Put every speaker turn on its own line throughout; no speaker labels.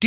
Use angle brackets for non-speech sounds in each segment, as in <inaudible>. Do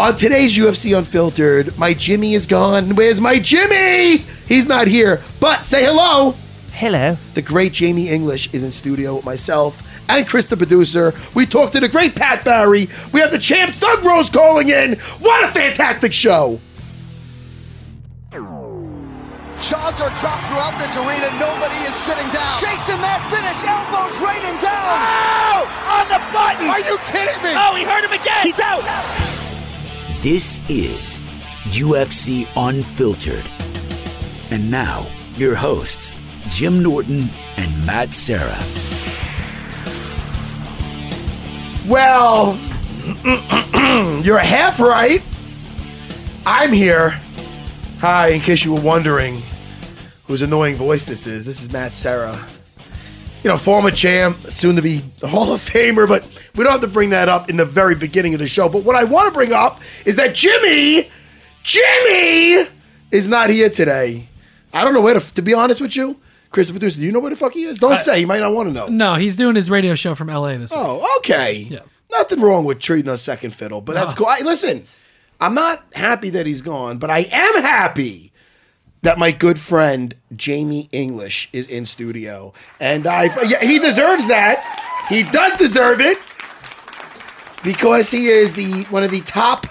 On Uh, today's UFC Unfiltered, my Jimmy is gone. Where's my Jimmy? He's not here, but say hello.
Hello.
The great Jamie English is in studio with myself and Chris, the producer. We talked to the great Pat Barry. We have the champ Thug Rose calling in. What a fantastic show!
Jaws are dropped throughout this arena. Nobody is sitting down. Chasing that finish. Elbows raining down. Ow! On the button. Are you kidding me?
Oh, he hurt him again. He's out.
This is UFC Unfiltered. And now, your hosts, Jim Norton and Matt Sarah.
Well, <clears throat> you're half right. I'm here. Hi, in case you were wondering whose annoying voice this is, this is Matt Serra. You know, former champ, soon to be Hall of Famer, but we don't have to bring that up in the very beginning of the show. But what I want to bring up is that Jimmy, Jimmy is not here today. I don't know where to, to be honest with you. Chris, the producer, do you know where the fuck he is? Don't say, he might not want to know.
No, he's doing his radio show from LA this week.
Oh, okay. Nothing wrong with treating us second fiddle, but that's cool. I, listen, I'm not happy that he's gone, but I am happy that my good friend Jamie English is in studio, and I yeah, he deserves that. He does deserve it because he is the one of the top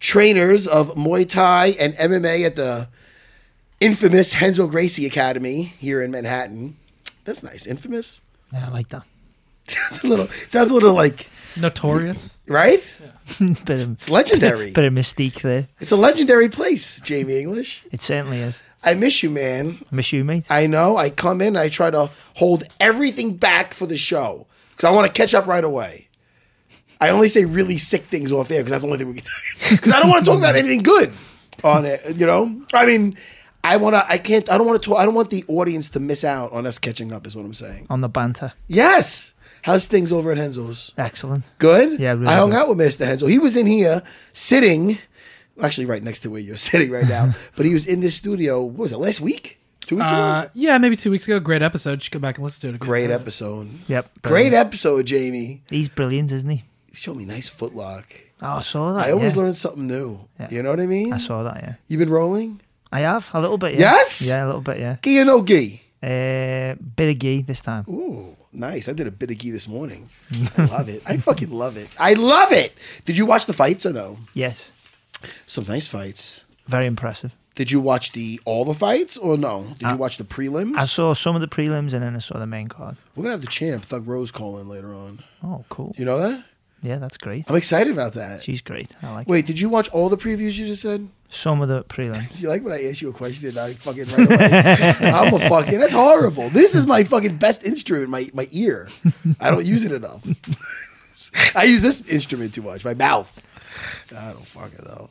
trainers of Muay Thai and MMA at the infamous Henzo Gracie Academy here in Manhattan. That's nice. Infamous.
Yeah, I like that.
Sounds a little. Sounds a little like
Notorious.
right.
<laughs> bit, of,
It's
<laughs>
legendary.
bit of mystique there.
It's a legendary place, Jamie English.
It certainly is.
I miss you, man.
I miss you, mate.
I know. I come in. I try to hold everything back for the show because I want to catch up right away. I only say really sick things off air because that's the only thing we can talk. <laughs> Because I don't want to talk about anything good on it. You know. I mean, I want to. I can't. I don't want to. I don't want the audience to miss out on us catching up. Is what I'm saying.
On the banter.
Yes. How's things over at Henzo's?
Excellent.
Good.
Yeah, really
I hung
good.
out with Mr. Hensel. He was in here sitting, actually right next to where you're <laughs> sitting right
<laughs>
now. but he was in this studio. What was it? Last week? Two weeks
Uh,
ago.
yeah, maybe two weeks ago. Great episode. Just go back and listen to it. if you
Great
haven't heard it.
episode.
uh, Yep. uh,
Great episode, Jamie.
He's brilliant, isn't he?
Show me nice footlock.
Oh, I saw that.
I always
yeah.
learn something new.
Yeah.
You know what I mean?
I saw that, yeah.
You've been rolling?
I have, a little bit. Yeah.
Yes?
Yeah, a little bit, yeah.
Gi or no gi?
Uh, bit of gee this time.
Ooh, nice. I did a bit of gi this
<laughs>
morning. I love it. I fucking love it. I love it. Did you watch the fights or no?
Yes.
Some nice fights.
Very impressive.
Did you watch the all the fights or no? Did you watch the prelims?
Uh, I saw some of the prelims and then I saw the main card.
We're gonna have the champ Thug Rose call in later on.
Oh, cool.
You know that?
Yeah, that's great.
I'm excited about that.
She's great. I like
Wait, did you watch all the previews you just said?
some of the prelims.
Do you like when I ask you a question and I fucking right away? I'm a fucking. That's horrible. This is my fucking best instrument. My my ear. I don't use it enough. <laughs> I use this instrument too much. My mouth. I don't fucking know.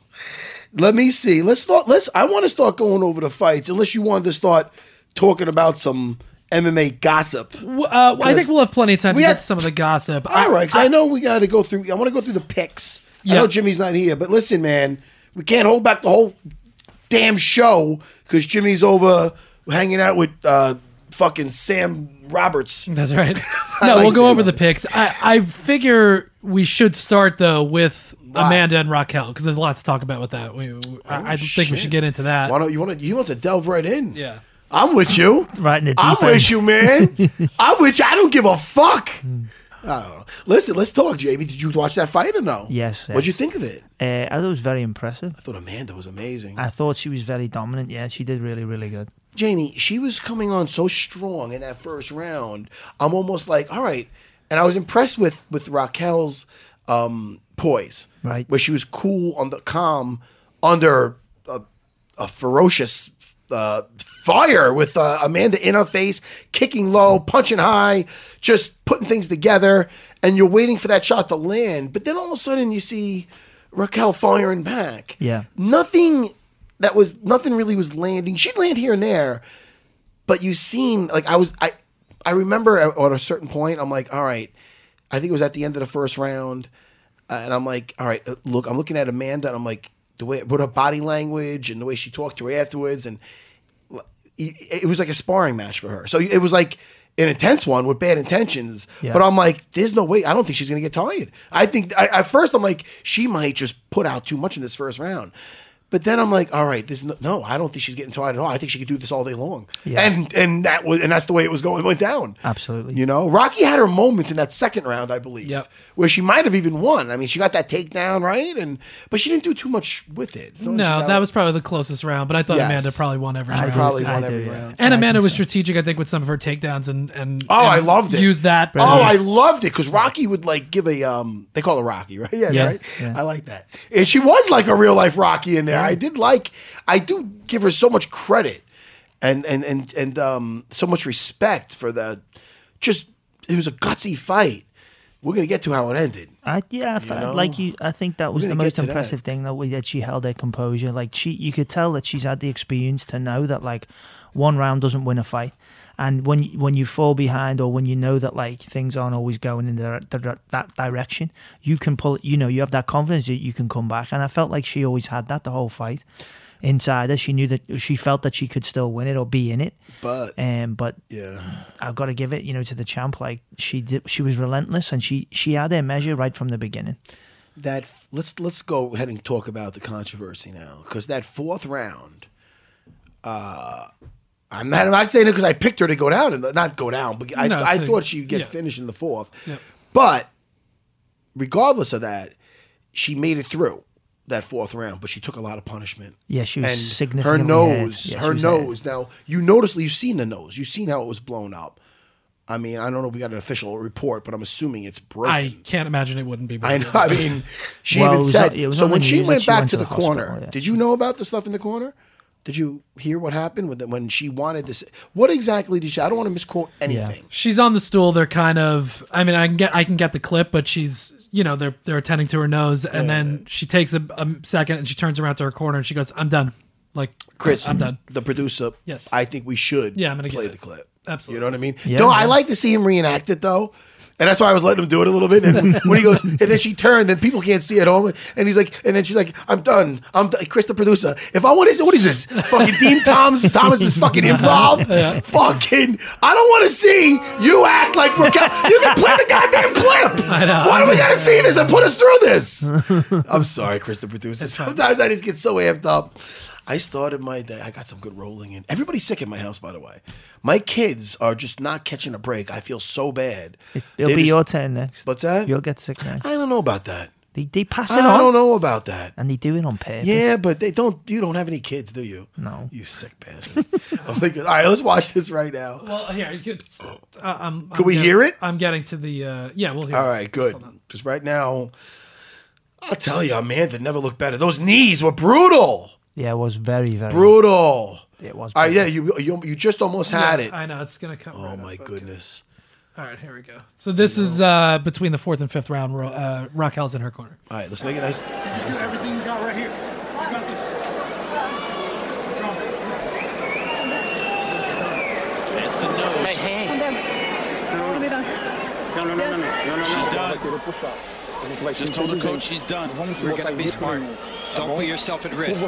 Let me see. Let's start. Let's. I want to start going over the fights. Unless you wanted to start talking about some MMA gossip.
W- Uh, well, I think we'll have plenty of time
We
to
had-
get to some of the gossip.
All right, 'cause I, know we got to go through. I want to go through the picks. I
Yeah.
know Jimmy's not here, but listen, man, we can't hold back the whole damn show because Jimmy's over hanging out with uh, fucking Sam Roberts.
That's
<laughs>
right.
I
No,
like
we'll
Sam
go over the
Roberts.
picks. I, I figure we should start though with
Why? Oh,
Amanda and Raquel because there's a lot to talk about with that. We, we- I, I think we
shit.
should get into that.
Why don't you want to? You want to delve right in?
yeah.
I'm with you.
Right in the
I'm
deep
with
end.
you, man. I'm with you. I don't give a fuck. I don't know. Listen, let's talk, Jamie. Did you watch that fight or no?
Yes,
What'd you
yes.
think of it?
Uh, I thought it was very impressive.
I thought Amanda was amazing.
I thought she was very dominant. Yeah, she did really, really good.
Jamie, she was coming on so strong in that first round. I'm almost like, all right. And I was impressed with with Raquel's um, poise,
Right.
Where she was cool on the calm under a, a ferocious uh, fire with uh, Amanda in her face, kicking low, punching high, just putting things together. And you're waiting for that shot to land, but then all of a sudden you see Raquel firing back.
Yeah.
nothing that was nothing really was landing. She'd land here and there, but you seen like I was I I remember at, at a certain point I'm like, all right, I think it was at the end of the first round, uh, and I'm like, all right, uh, look, I'm looking at Amanda, and I'm like, the way what her body language and the way she talked to her afterwards, and l- it it was like a sparring match for her. So it was like. An intense one with bad intentions,
Yeah.
but I'm like, there's no way. I don't think she's gonna get tired. I think I, at first I'm like, she might just put out too much in this first round, but then I'm like, all right, there's no, no I don't think she's getting tired at all. I think she could do this all day long.
Yeah.
And and that was and that's the way it was going went down.
Absolutely.
You know, Rocky had her moments in that second round, I believe,
Yep.
where she might have even won. I mean, she got that takedown right, and but she didn't do too much with it. It's not like she
No,
got-
that was probably the closest round, but I thought
Yes.
Amanda probably won every
I
round.
do
probably
I
won
do,
every
yeah.
round.
And
I
Amanda
think
was
so.
strategic, I think, with some of her takedowns and and
Oh,
and
I loved it.
Use that. to-
Oh, I loved it because Rocky would like give a um. They call her Rocky, right? Yeah,
Yeah,
right.
yeah.
I like that, and she was like a real life Rocky in there. I did like. I do give her so much credit, and and and and um so much respect for the. Just it was a gutsy fight. We're gonna get to how it ended.
I, yeah, I thought,
know?
like you, I think that was
gonna
the
get
most
to that.
impressive thing that we that she held her composure. Like she, you could tell that she's had the experience to know that like one round doesn't win a fight, and when you- when you fall behind or when you know that like things aren't always going in the, the, that direction, you can pull. You know, you have that confidence that you can come back, and I felt like she always had that the whole fight. Inside her, she knew that she felt that she could still win it or be in it.
But
Um, but
yeah,
I've got to give it, you know, to the champ. Like she did, she was relentless, and she she had her measure right from the beginning.
that let's let's go ahead and talk about the controversy now because that fourth round. Uh, I'm not. I'm not saying it because I picked her to go down and not go down, but I,
No,
I
to-
thought she'd get
yeah.
finished in the fourth.
Yep.
But regardless of that, she made it through that fourth round, but she took a lot of punishment.
Yeah, she was
and her
significantly
nose,
hurt. Yeah, she
her
was hurt.
nose. Now you notice you've seen the nose. You've seen how it was blown up. I mean, I don't know if we got an official report, but I'm assuming it's broken.
I can't imagine it wouldn't be.
I know. I
<laughs>
mean, she
Well, it
even
was
said
on- it was
so.
on the
When she
news that
went
she
back
went
to
to
the,
the
corner,
hospital, yeah.
did you know about the stuff in the corner? Did you hear what happened with it when she wanted this? What exactly did she? I don't want to misquote anything.
She's on the stool. They're kind of. I mean, I can get I can get the clip, but she's you know they're they're attending to her nose, and then she takes a, a second and she turns around to her corner and she goes, "I'm done." Like
Chris,
I'm done.
The producer.
Yes.
I think we should.
Yeah, I'm gonna
play
get
the
it.
clip.
Absolutely.
You know what I mean?
Yeah,
Don't I
yeah.
like to see him reenact it though? And that's why I was letting him do it a little bit. And when he goes, and then she turned, then people can't see it home. And he's like, and then she's like, I'm done. I'm done. Chris, the producer. If I want to, what is this? Fucking Dean Thomas, Thomas is fucking improv. Fucking, I don't want to see you act like Raquel. You can play the goddamn clip.
I know.
Why do we got to see this and put us through this? I'm sorry, Chris, the producer. Sometimes I just get so amped up. I started my day. I got some good rolling in. Everybody's sick in my house, by the way. My kids are just not catching a break. I feel so bad.
It'll
They
be
just-
your turn next.
What's that?
You'll get sick next.
I don't know about that.
They, they pass
I
it on,
don't know about that.
and they do it on purpose.
Yeah, but they don't. You don't have any kids, do you?
No.
You sick bastard. <laughs> I'm like, all right, let's watch this right now.
Well, here you could, uh, I'm,
Could we hear it?
I'm getting to the. Uh, yeah, we'll hear.
All
it.
right, good. Because right now, I'll tell you, Amanda never looked better. Those knees were brutal.
Yeah, it was very very.
Brutal.
It was.
All right, yeah,
brutal.
you you, you just almost had it.
I know it's gonna come.
Oh my goodness.
All right, here we go. So this is uh, between the fourth and fifth round. Ro- Uh, Raquel's in her corner.
All right, let's make it nice.
Everything you got right here. You got this. What's wrong?
Come down. Come down.
No, no, no, no, no, no, no.
She's done. Just told her coach she's done.
We're gonna be smart. Don't put yourself at risk.
I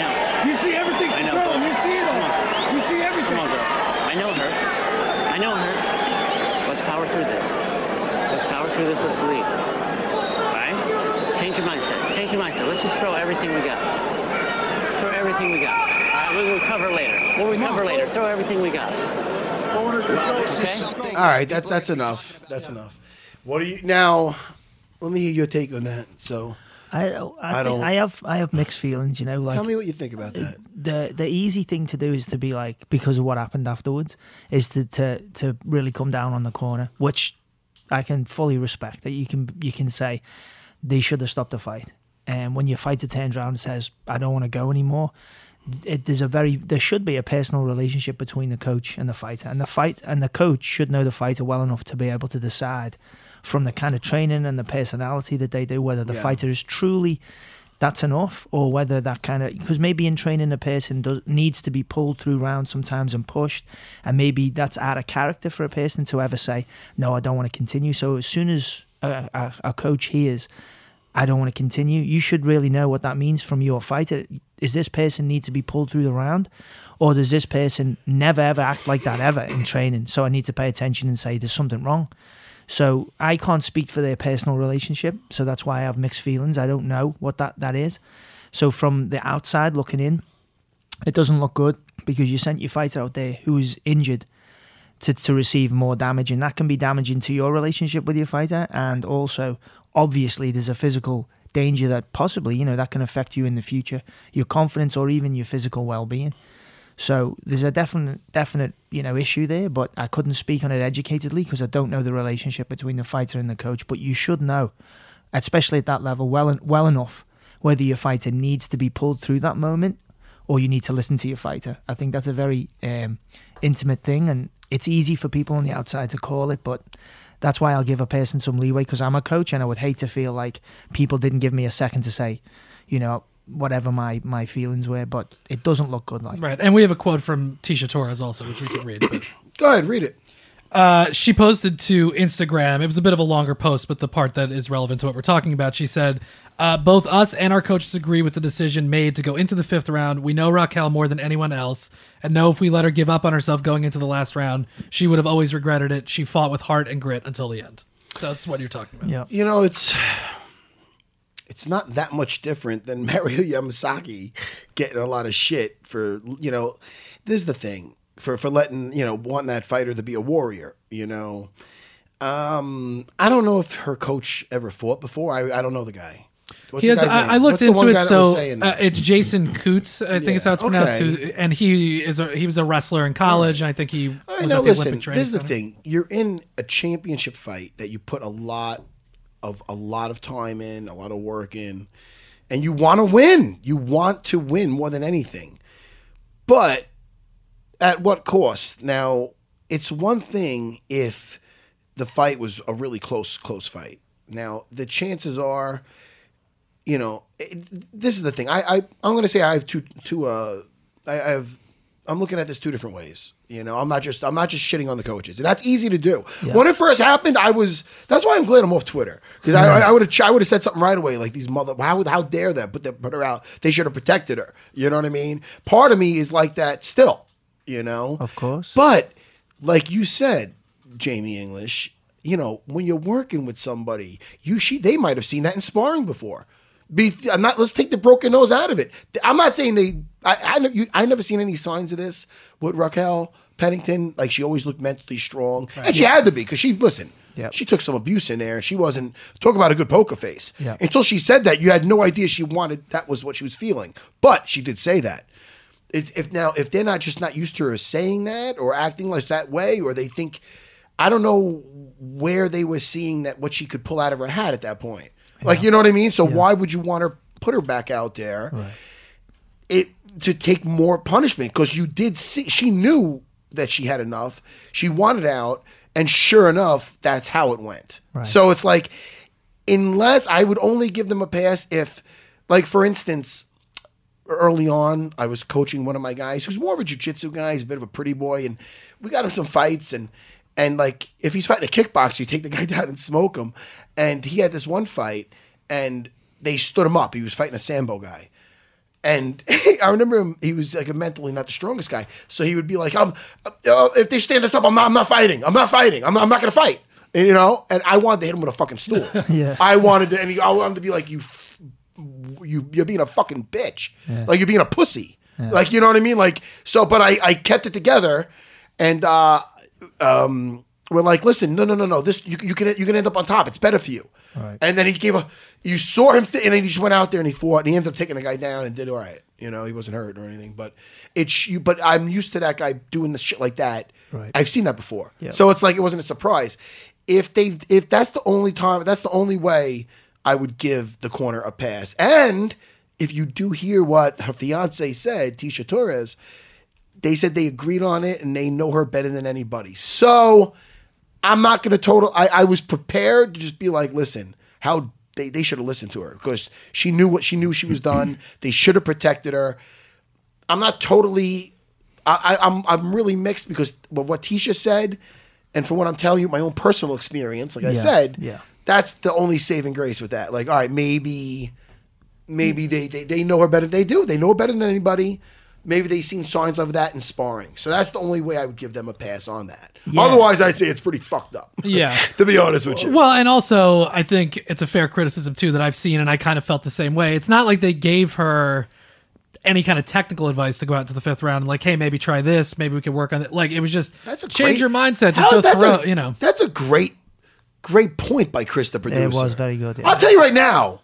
know.
You see everything
I know, throwing. You
see it
all.
You see
Come on, girl. I know it hurts. I know it hurts. Let's power through this. Let's power through this. Let's believe. All right? Change your mindset. Change your mindset. Let's just throw everything we got. Throw everything we got. All right, we'll recover later. We'll recover later. Throw everything we got.
Wow, this is something.
All right, that, that's enough. That's enough. What do you now? Let me hear your take on that. So
I, I,
I
think
don't-
I have I have mixed feelings. You know, like
tell me what you think <clears throat> about that.
the the easy thing to do is to be like because of what happened afterwards is to to to really come down on the corner, which I can fully respect that you can you can say they should have stopped the fight. And when your fighter turns around and says, "I don't want to go anymore," it, there's a very there should be a personal relationship between the coach and the fighter, and the fight and the coach should know the fighter well enough to be able to decide from the kind of training and the personality that they do whether the
Yeah.
fighter is truly that's enough or whether that kind of because maybe in training a person does needs to be pulled through rounds sometimes and pushed and maybe that's out of character for a person to ever say no i don't want to continue so as soon as a, a, a coach hears i don't want to continue you should really know what that means from your fighter is this person need to be pulled through the round or does this person never ever act like that ever in training so i need to pay attention and say there's something wrong so I can't speak for their personal relationship. So that's why I have mixed feelings. I don't know what that, that is. So from the outside looking in, it doesn't look good because you sent your fighter out there who is injured to, to receive more damage. And that can be damaging to your relationship with your fighter. And also, obviously, there's a physical danger that possibly, you know, that can affect you in the future, your confidence or even your physical well being. So there's a definite, definite, you know, issue there. But I couldn't speak on it educatedly because I don't know the relationship between the fighter and the coach. But you should know, especially at that level, well, en- well enough whether your fighter needs to be pulled through that moment or you need to listen to your fighter. I think that's a very um, intimate thing, and it's easy for people on the outside to call it, but. That's why I'll give a person some leeway because I'm a coach and I would hate to feel like people didn't give me a second to say, you know, whatever my, my feelings were, but it doesn't look good like
Right. And we have a quote from Tisha Torres also, which we can read. But,
Go ahead, read it.
uh, she posted to Instagram. It was a bit of a longer post, but the part that is relevant to what we're talking about, she said, uh, both us and our coaches agree with the decision made to go into the fifth round. We know Raquel more than anyone else and know if we let her give up on herself going into the last round, she would have always regretted it. She fought with heart and grit until the end. So that's what you're talking about.
Yeah.
You know, it's it's not that much different than <laughs> Mario Yamasaki getting a lot of shit for you know. This is the thing for for letting you know wanting that fighter to be a warrior. You know, um, I don't know if her coach ever fought before. I I don't know the guy. What's
He
the
has,
guy's name?
I, I
What's
looked
the
into
one
it.
guy that was
So
saying
uh,
that?
it's Jason Coots, I think is how it's
Yeah,
pronounced.
okay.
who- and he is a, he was a wrestler in college, and I think he was
All right,
at
now
the
listen,
Olympic training.
this is the
center.
thing. You're in a championship fight that you put a lot of a lot of time in, a lot of work in, and you want to win. You want to win more than anything. But at what cost? Now, it's one thing if the fight was a really close close fight. Now, the chances are you know, it, this is the thing. I, I I'm going to say I have two two uh I, I have I'm looking at this two different ways. You know, I'm not just I'm not just shitting on the coaches, and that's easy to do. When it first happened, I was that's why I'm glad I'm off Twitter because I I would have I would have said something right away like these mother how would- how dare that put that put her out? They should have protected her. You know what I mean? Part of me is like that still. You know,
Of course.
but like you said, Jamie English, you know, when you're working with somebody, you she they might have seen that in sparring before. Be, I'm not. Let's take the broken nose out of it. I'm not saying they. I I, ne- you, I never seen any signs of this with Raquel Pennington. Like she always looked mentally strong, and she had to be because she listen.
Yep.
She took some abuse in there, and she wasn't talk about a good poker face.
Yeah.
Until she said that, you had no idea she wanted. That was what she was feeling, but she did say that is if now if they're not just not used to her saying that or acting like that way or they think I don't know where they were seeing that what she could pull out of her hat at that point. Like you know what I mean? So why would you want her put her back out there? It to take more punishment because you did see she knew that she had enough. She wanted out and sure enough that's how it went. So it's like unless I would only give them a pass if like for instance early on, I was coaching one of my guys who's more of a jiu-jitsu guy. He's a bit of a pretty boy, and we got him some fights. And and like if he's fighting a kickboxer, you take the guy <laughs> down and smoke him. And he had this one fight, and they stood him up. He was fighting a sambo guy. And <laughs> I remember him. He was like a mentally not the strongest guy, so he would be like, "I'm uh, if they stand this up, I'm not, I'm not fighting. I'm not fighting. I'm not, I'm not gonna fight." And, you know. And I wanted to hit him with a fucking stool.
Yeah.
I wanted to, and he, I wanted to be like, "You, f- you, you're being a fucking bitch. Like you're being a pussy. Like you know what I mean. Like so, but I, I kept it together, and uh, um, were like, "Listen, no, no, no, no. This you, you can you can end up on top. It's better for you."
Right.
And then he gave a. You saw him, th- and then he just went out there and he fought, and he ended up taking the guy down and did all right. You know, he wasn't hurt or anything. But it's you. But I'm used to that guy doing the shit like that.
Right.
I've seen that before.
Yeah.
So it's like it wasn't a surprise. If they, if that's the only time, that's the only way I would give the corner a pass. And if you do hear what her fiance said, Tisha Torres, they said they agreed on it and they know her better than anybody. So I'm not going to total. I, I was prepared to just be like, listen, how they, they should have listened to her because she knew what she knew she was done. they should have protected her. I'm not totally. I, I, I'm I'm really mixed because of what Tisha said, and from what I'm telling you, my own personal experience, like I
Yeah,
said,
yeah.
that's the only saving grace with that. Like, all right, maybe, maybe they, they they know her better. They do. They know her better than anybody. Maybe they've seen signs of that in sparring. So that's the only way I would give them a pass on that.
Yeah.
Otherwise, I'd say it's pretty fucked up.
Yeah.
<laughs> to be honest with you.
Well, and also I think it's a fair criticism too that I've seen, and I kind of felt the same way. It's not like they gave her any kind of technical advice to go out to the fifth round, like, hey, maybe try this, maybe we could work on it. Like it was just
That's a great-
change your mindset, just
How-
go
that's
throw,
a-
you know.
That's a great, great point by Chris, the producer.
was very good, yeah.
I'll tell you right now,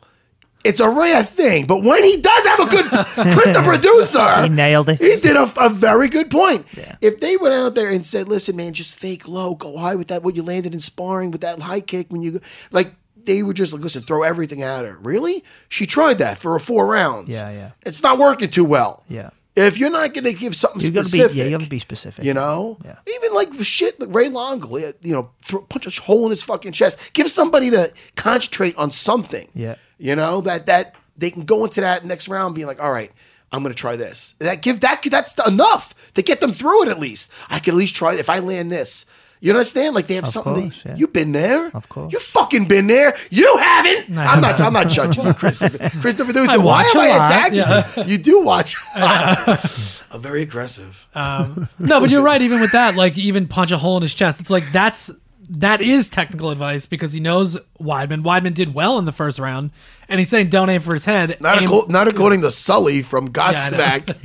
it's a rare thing, but when he does have a
<laughs>
good Chris, the producer,
He nailed it.
He did a, a very good point.
Yeah.
If they went out there and said, "Listen, man, just fake low, go high with that what you landed in sparring with that high kick when you go," like. They were just like, listen, throw everything at her. Really? She tried that for four rounds.
Yeah, yeah.
It's not working too well.
Yeah.
If you're not going to give something
You gotta be
specific,
yeah, you gotta be specific.
you know,
Yeah.
even like shit, like Ray Longo, he- you know, throw, punch a hole in his fucking chest. Give somebody to concentrate on something.
Yeah.
you know that that they can go into that next round being like, all right, I'm gonna try this. That give that that's enough to get them through it. At least I can at least try it if I land this. You understand? Like they have something. they-
course, yeah.
You've been there.
Of course.
You fucking been there. You haven't. I'm not. I'm not judging you, Christopher.
<laughs>
Christopher, Dusa, why
watch
am
a
I
lot,
attacking
yeah.
you? You do watch.
<laughs>
I'm very aggressive.
no, but you're right. Even with that, like even punch a hole in his chest. It's like that's that is technical advice because he knows Weidman. Weidman did well in the first round, and he's saying don't aim for his head.
Not,
aim-
acco- not according to Sully from
I know.
Godsmack.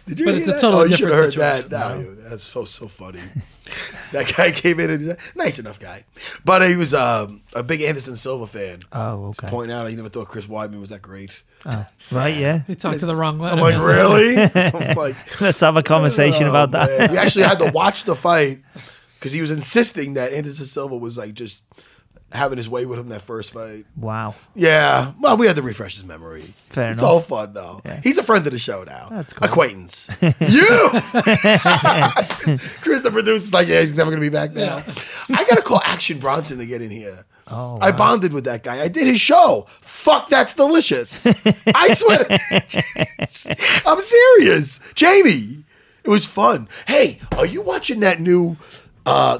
<laughs>
Did you
But
hear
it's a
that?
totally
oh, you should have heard
different
that. No, you- That's so so funny. <laughs> that guy came in and he's a nice enough guy, but he was um, a big Anderson Silva fan.
Oh, okay.
Pointing out, he never thought Chris Weidman was that great. <laughs>
Right, yeah.
He talked to the wrong way.
I'm like, really? I'm like,
Let's have a conversation
oh,
about that.
man. we actually had
<laughs>
to watch the fight because he was insisting that Anderson Silva was like just having his way with him that first fight. <laughs>
Wow.
Yeah. Well, we had to refresh his memory.
Fair
it's
enough.
all fun though.
Yeah.
He's a friend of the show now.
That's cool. <laughs>
Acquaintance. you Chris the producer's like, yeah, he's never gonna be back now. I gotta call Action Bronson to get in here.
Oh,
I
wow.
bonded with that guy. I did his show. Fuck, that's delicious. I swear. to-
<laughs>
I'm serious. Jamie, it was fun. Hey, are you watching that new uh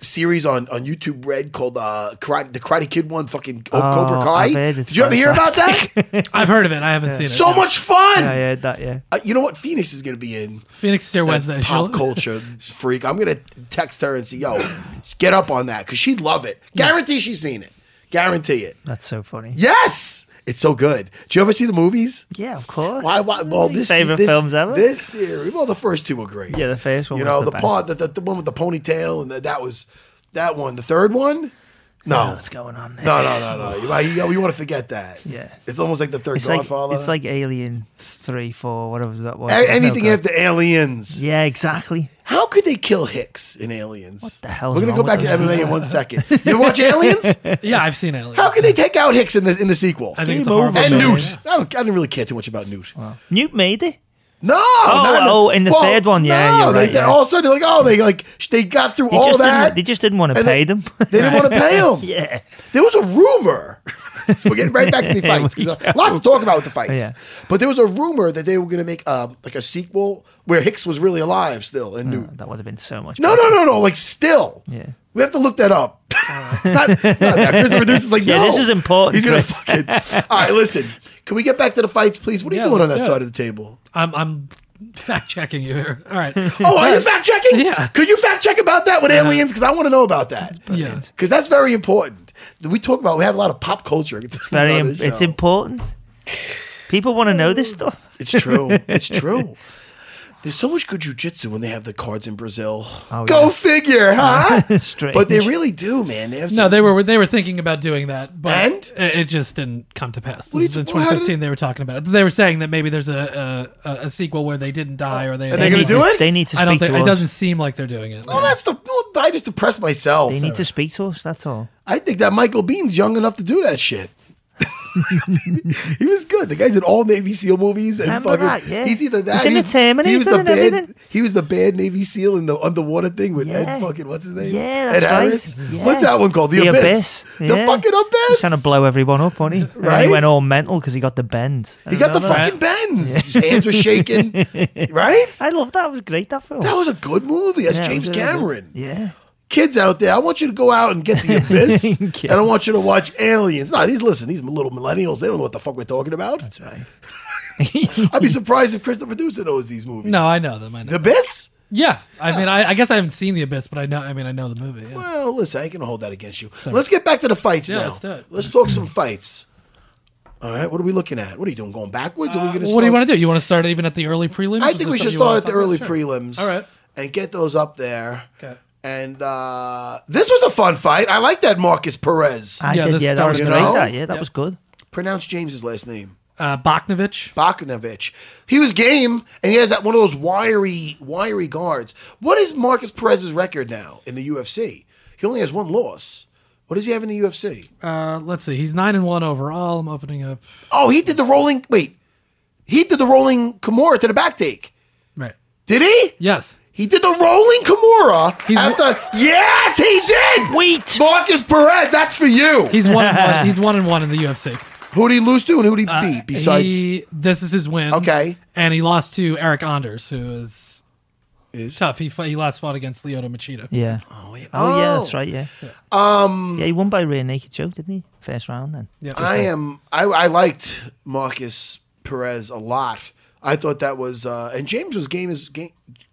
series on on YouTube Red called uh Karate the Karate Kid one fucking oh, Cobra
I've
Kai?
heard it's
Did you ever hear about
<laughs>
that?
<laughs> I've heard of it. I haven't seen it.
so
no.
much fun.
Yeah, yeah, that yeah.
Uh, you know what? Phoenix is going to be in
Phoenix is here
that
Wednesday.
pop
She'll-
culture freak. I'm going to text her and say, yo, get up on that because she'd love it. Guarantee she's seen it. Guarantee it.
That's so funny.
Yes. It's so good. Do you ever see the movies?
Yeah, of course.
Why? Why? Well, this
Favorite
this,
films ever?
This series. Well, the first two were great.
Yeah, the first one
You
was
know,
the
the,
best.
part that the, the one with the ponytail and the, that was that one. The third one. No,
What's going on there?
oh. no, no, no, no. You, you, you want to forget that?
Yeah.
It's almost like the third
It's like,
Godfather.
it's like Alien 3, 4, whatever that was.
A-
There's no
anything
good.
after Aliens.
Yeah, exactly.
How could they kill Hicks in Aliens? What
the hell
We're
is
gonna go back
wrong
to
with
MMA in one
<laughs>
second. You watch Aliens?
<laughs> Yeah, I've seen it.
How could they take out Hicks in the in the sequel?
I think it's a
Game
horrible
over,
and
movie.
man.
Newt. I don't. I didn't really care too much about Newt.
Newt made it.
No. Oh,
oh, in the third one, yeah, you're
they,
right,
they-
yeah.
All of a sudden, they're like, oh, they like sh- they got through
They
all
just
that.
Didn't, they just didn't want to
and
pay
they-
them.
They didn't want to pay him.
yeah.
There was a rumor. <laughs> so we're getting right back to
<laughs>
the fights. 'cause, uh, lots to talk about with the fights.
Yeah.
But there was a rumor that they were going to make um, like a sequel where Hicks was really alive still and Newt.
<laughs> That would have been so much
No,
better.
no, no, no. Like still.
Uh, Yeah.
We have to look that up. <laughs> not, not that. Chris the producer's like,
Yeah,
no.
this is important,
He's gonna
Chris.
fucking. All right, listen. Can we get back to the fights, please? What are you
Yeah,
doing on that
let's do it.
side of the table?
I'm, I'm fact checking you here. All
<laughs>
right.
Oh, are you fact checking?
Yeah.
Could you fact check about that with aliens? Because I want to know about that.
Yeah.
Because that's very important. We talk about. We have a lot of pop culture. <laughs> It's
Very, im- it's important. People want to know this stuff. <laughs>
It's true. It's true. There's so much good jujitsu when they have the cards in Brazil.
Oh,
Go
yeah.
figure, huh?
<laughs> Strange.
but they really do, man. They have
No,
some-
they were they were thinking about doing that, but
And?
it- it just didn't come to pass.
What do you
This is in
th- well, how did
2015, they were talking about it. They were saying that maybe there's a a, a, a sequel where they didn't die or they.
And <laughs> they're gonna
need
do
to-
it?
They need to speak
I don't think
to
it
us.
<laughs>
doesn't seem like they're doing it.
Oh, that's the. well, I just depressed myself.
They need to speak to us. That's all.
I think that Michael Bean's young enough to do that shit. <laughs> he was good. The guy's in all Navy SEAL movies and
Remember
fucking.
that, yeah.
He's either that.
He's in
he
the Terminator
he was the
and
bad.
everything.
He was the bad Navy SEAL in the underwater thing with
Yeah.
Ed fucking what's his name?
Yeah,
Ed
that's right.
Harris.
Yeah.
What's that one called? The,
The
Abyss.
Abyss,
The
yeah.
fucking
He's
Abyss.
trying to blow everyone up,
<laughs>
wasn't he? And then
Right?
he went all mental because he got the bend.
He got the
Remember that?
fucking bends. His hands were
<laughs>
shaking. right.
I love that. It was great that film.
That was a good movie. That's
Yeah, it
James
was really good.
Cameron.
Yeah.
kids out there, I want you to go out and get
<laughs>
the abyss,
Kids.
and I want you to watch Aliens. No, these listen, these little millennials, they don't know what the fuck we're talking about.
That's right.
<laughs> I'd be surprised if Christopher Producer knows these movies.
No, I know them. I know.
the abyss.
yeah, I mean, I, I guess I haven't seen The Abyss, but I know. I mean, I know the movie. Yeah.
Well, listen, I ain't gonna hold that against you. Let's get back to the fights
Yeah,
now.
let's do it.
Let's talk some fights. All right, what are we looking at? What are you doing? Going backwards? are we gonna?
Well, Uh, what do you want to do? You want to start even at the early prelims?
I think we should start at the early prelims.
All right.
and get those up there.
Okay.
And uh, this was a fun fight. I like that Marcus Perez.
I
Yeah,
did.
this
Yeah, that was
started-
great.
You know?
That. Yeah, that was good.
Pronounce James's last name.
Uh, Bachnovich.
Bakunovich. He was game, and he has that one of those wiry, wiry guards. What is Marcus Perez's record now in the UFC? He only has one loss. What does he have in the UFC?
Uh, let's see. He's nine and one overall. I'm opening up.
Oh, he did the rolling. Wait, he did the rolling Kimura to the back take.
Right.
Did he?
Yes.
He did the rolling Kimura
He's-
after. yes, he did.
Sweet.
Marcus Perez. That's for you.
He's one. and
<laughs>
one. He's one and one in the UFC.
who did he lose to, and who did he beat? Besides,
Uh, he, this is his win.
Okay.
and he lost to Eric Anders, who is,
Is?
tough. He fought, he last fought against Lyoto Machida.
Yeah. Oh, yeah. Oh, yeah. That's right. Yeah. Um. Yeah, he won by rear naked choke, didn't he? First round then.
Yep.
I am. I, I liked Marcus Perez a lot. I thought that was, uh, and James was game as game.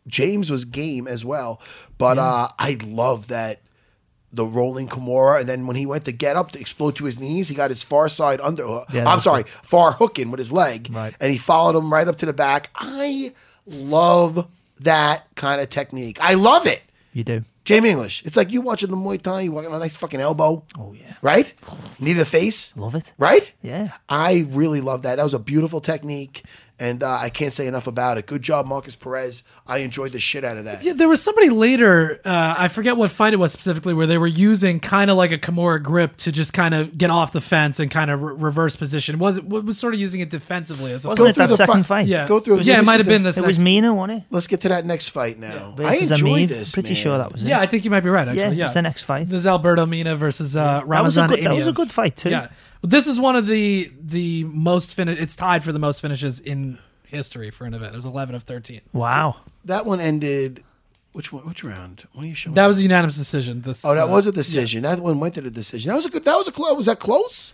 James was game as well, but uh, I love that the rolling Kimura, and then when he went to get up to explode to his knees, he got his far side under. uh,
Yeah,
I'm
that's
sorry, far hook in with his leg,
Right.
and he followed him right up to the back. I love that kind of technique. I love it.
You do.
Jamie English. It's like you watching the Muay Thai, you walking on a nice fucking elbow.
Oh, yeah.
Right? Knee to the face.
Love it.
Right?
Yeah.
I really love that. That was a beautiful technique, and uh, I can't say enough about it. Good job, Marcus Perez. I enjoyed the shit out of that.
Yeah, there was somebody later. Uh, I forget what fight it was specifically, where they were using kind of like a Kimura grip to just kind of get off the fence and kind of re- reverse position. Was it was sort of using it defensively as opposed?
Wasn't it
through
that
the
second
fi-
fight?
Yeah,
Go through it.
Yeah, it
Just
might
to
have
the-
been this.
It was
next-
Mina, wasn't it?
Let's get to that next fight now. I
Versus
enjoyed
Amin.
this.
Pretty
man.
sure that was it.
Yeah, I think you might be right. Actually,
Yeah,
yeah,
it was the next fight.
This is Alberto Mina versus uh, Ramazan.
That was a good. That was a
Iniev.
good fight too.
Yeah, But this is one of the the most finish. It's tied for the most finishes in history for an event. It was eleven of thirteen.
Wow.
That one ended. Which one? Which round? What are you showing?
That was a unanimous decision. This
oh, that
uh,
was a decision. That one went to the decision. That was a good. That was a close. Was that close?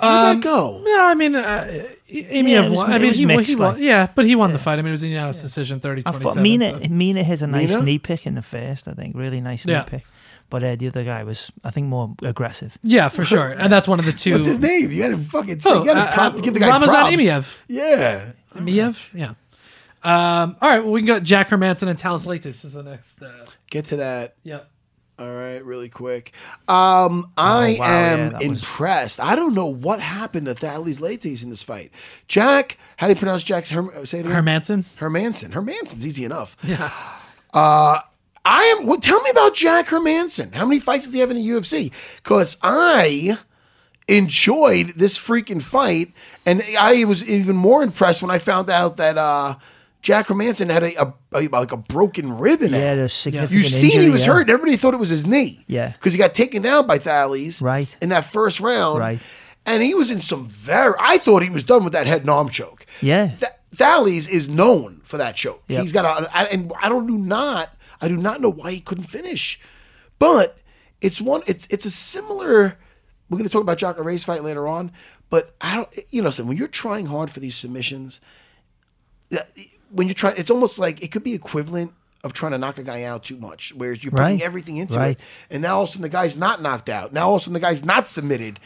How did that go?
Um, Yeah, I mean, uh, Amy
Yeah, it
have
was-
won. I
it
mean,
was
he, well,
mixed,
he won.
like-
Yeah, but he won the fight. I mean, it was a unanimous decision, 30
I
27.
thought Mina
so-
Mina hit a nice
Mina?
knee pick in the first. I think really nice
Yeah.
knee pick. But uh, the other guy was, I think, more aggressive.
Yeah,
<laughs>
for sure. And that's one of the two.
What's his name? You got to fucking.
Oh,
you got
uh,
to prop
uh,
to give the guy
Ramazan
props.
Imiev.
Yeah.
Miev? Yeah. Um, all right, well, we can go Jack Hermanson and Talos Latis is the next. Uh,
Get to that.
yeah.
All right, really quick. Um, I
Oh, wow, yeah,
am
that was-
impressed. I don't know what happened to Thales Lates in this fight. Jack, how do you pronounce Jack's Herm- uh, say it again?
Hermanson?
Hermanson. Hermanson's easy enough. Uh,
Yeah.
I am. Well, tell me about Jack Hermanson. How many fights does he have in the UFC? Because I enjoyed this freaking fight, and I was even more impressed when I found out that uh, Jack Hermanson had a, a, a- like a broken rib in
Yeah,
it.
there's significant.
You seen
injury,
he was
yeah.
hurt. Everybody thought it was his knee.
Yeah.
Because he got taken down by Thales.
Right.
In that first round.
Right.
And he was in some very. I thought he was done with that head and arm choke.
Yeah.
Th- Thales is known for that choke.
Yep.
He's got a. I, and I don't do not. I do not know why he couldn't finish, but it's one. It's it's a similar. We're going to talk about Jock and Ray's fight later on, but I don't. You know, listen, when you're trying hard for these submissions, that- when you try, it's almost like it could be equivalent of trying to knock a guy out too much, whereas you're putting
Right.
everything into
Right.
it, and now all of a sudden the guy's not knocked out. Now all of a sudden the guy's not submitted.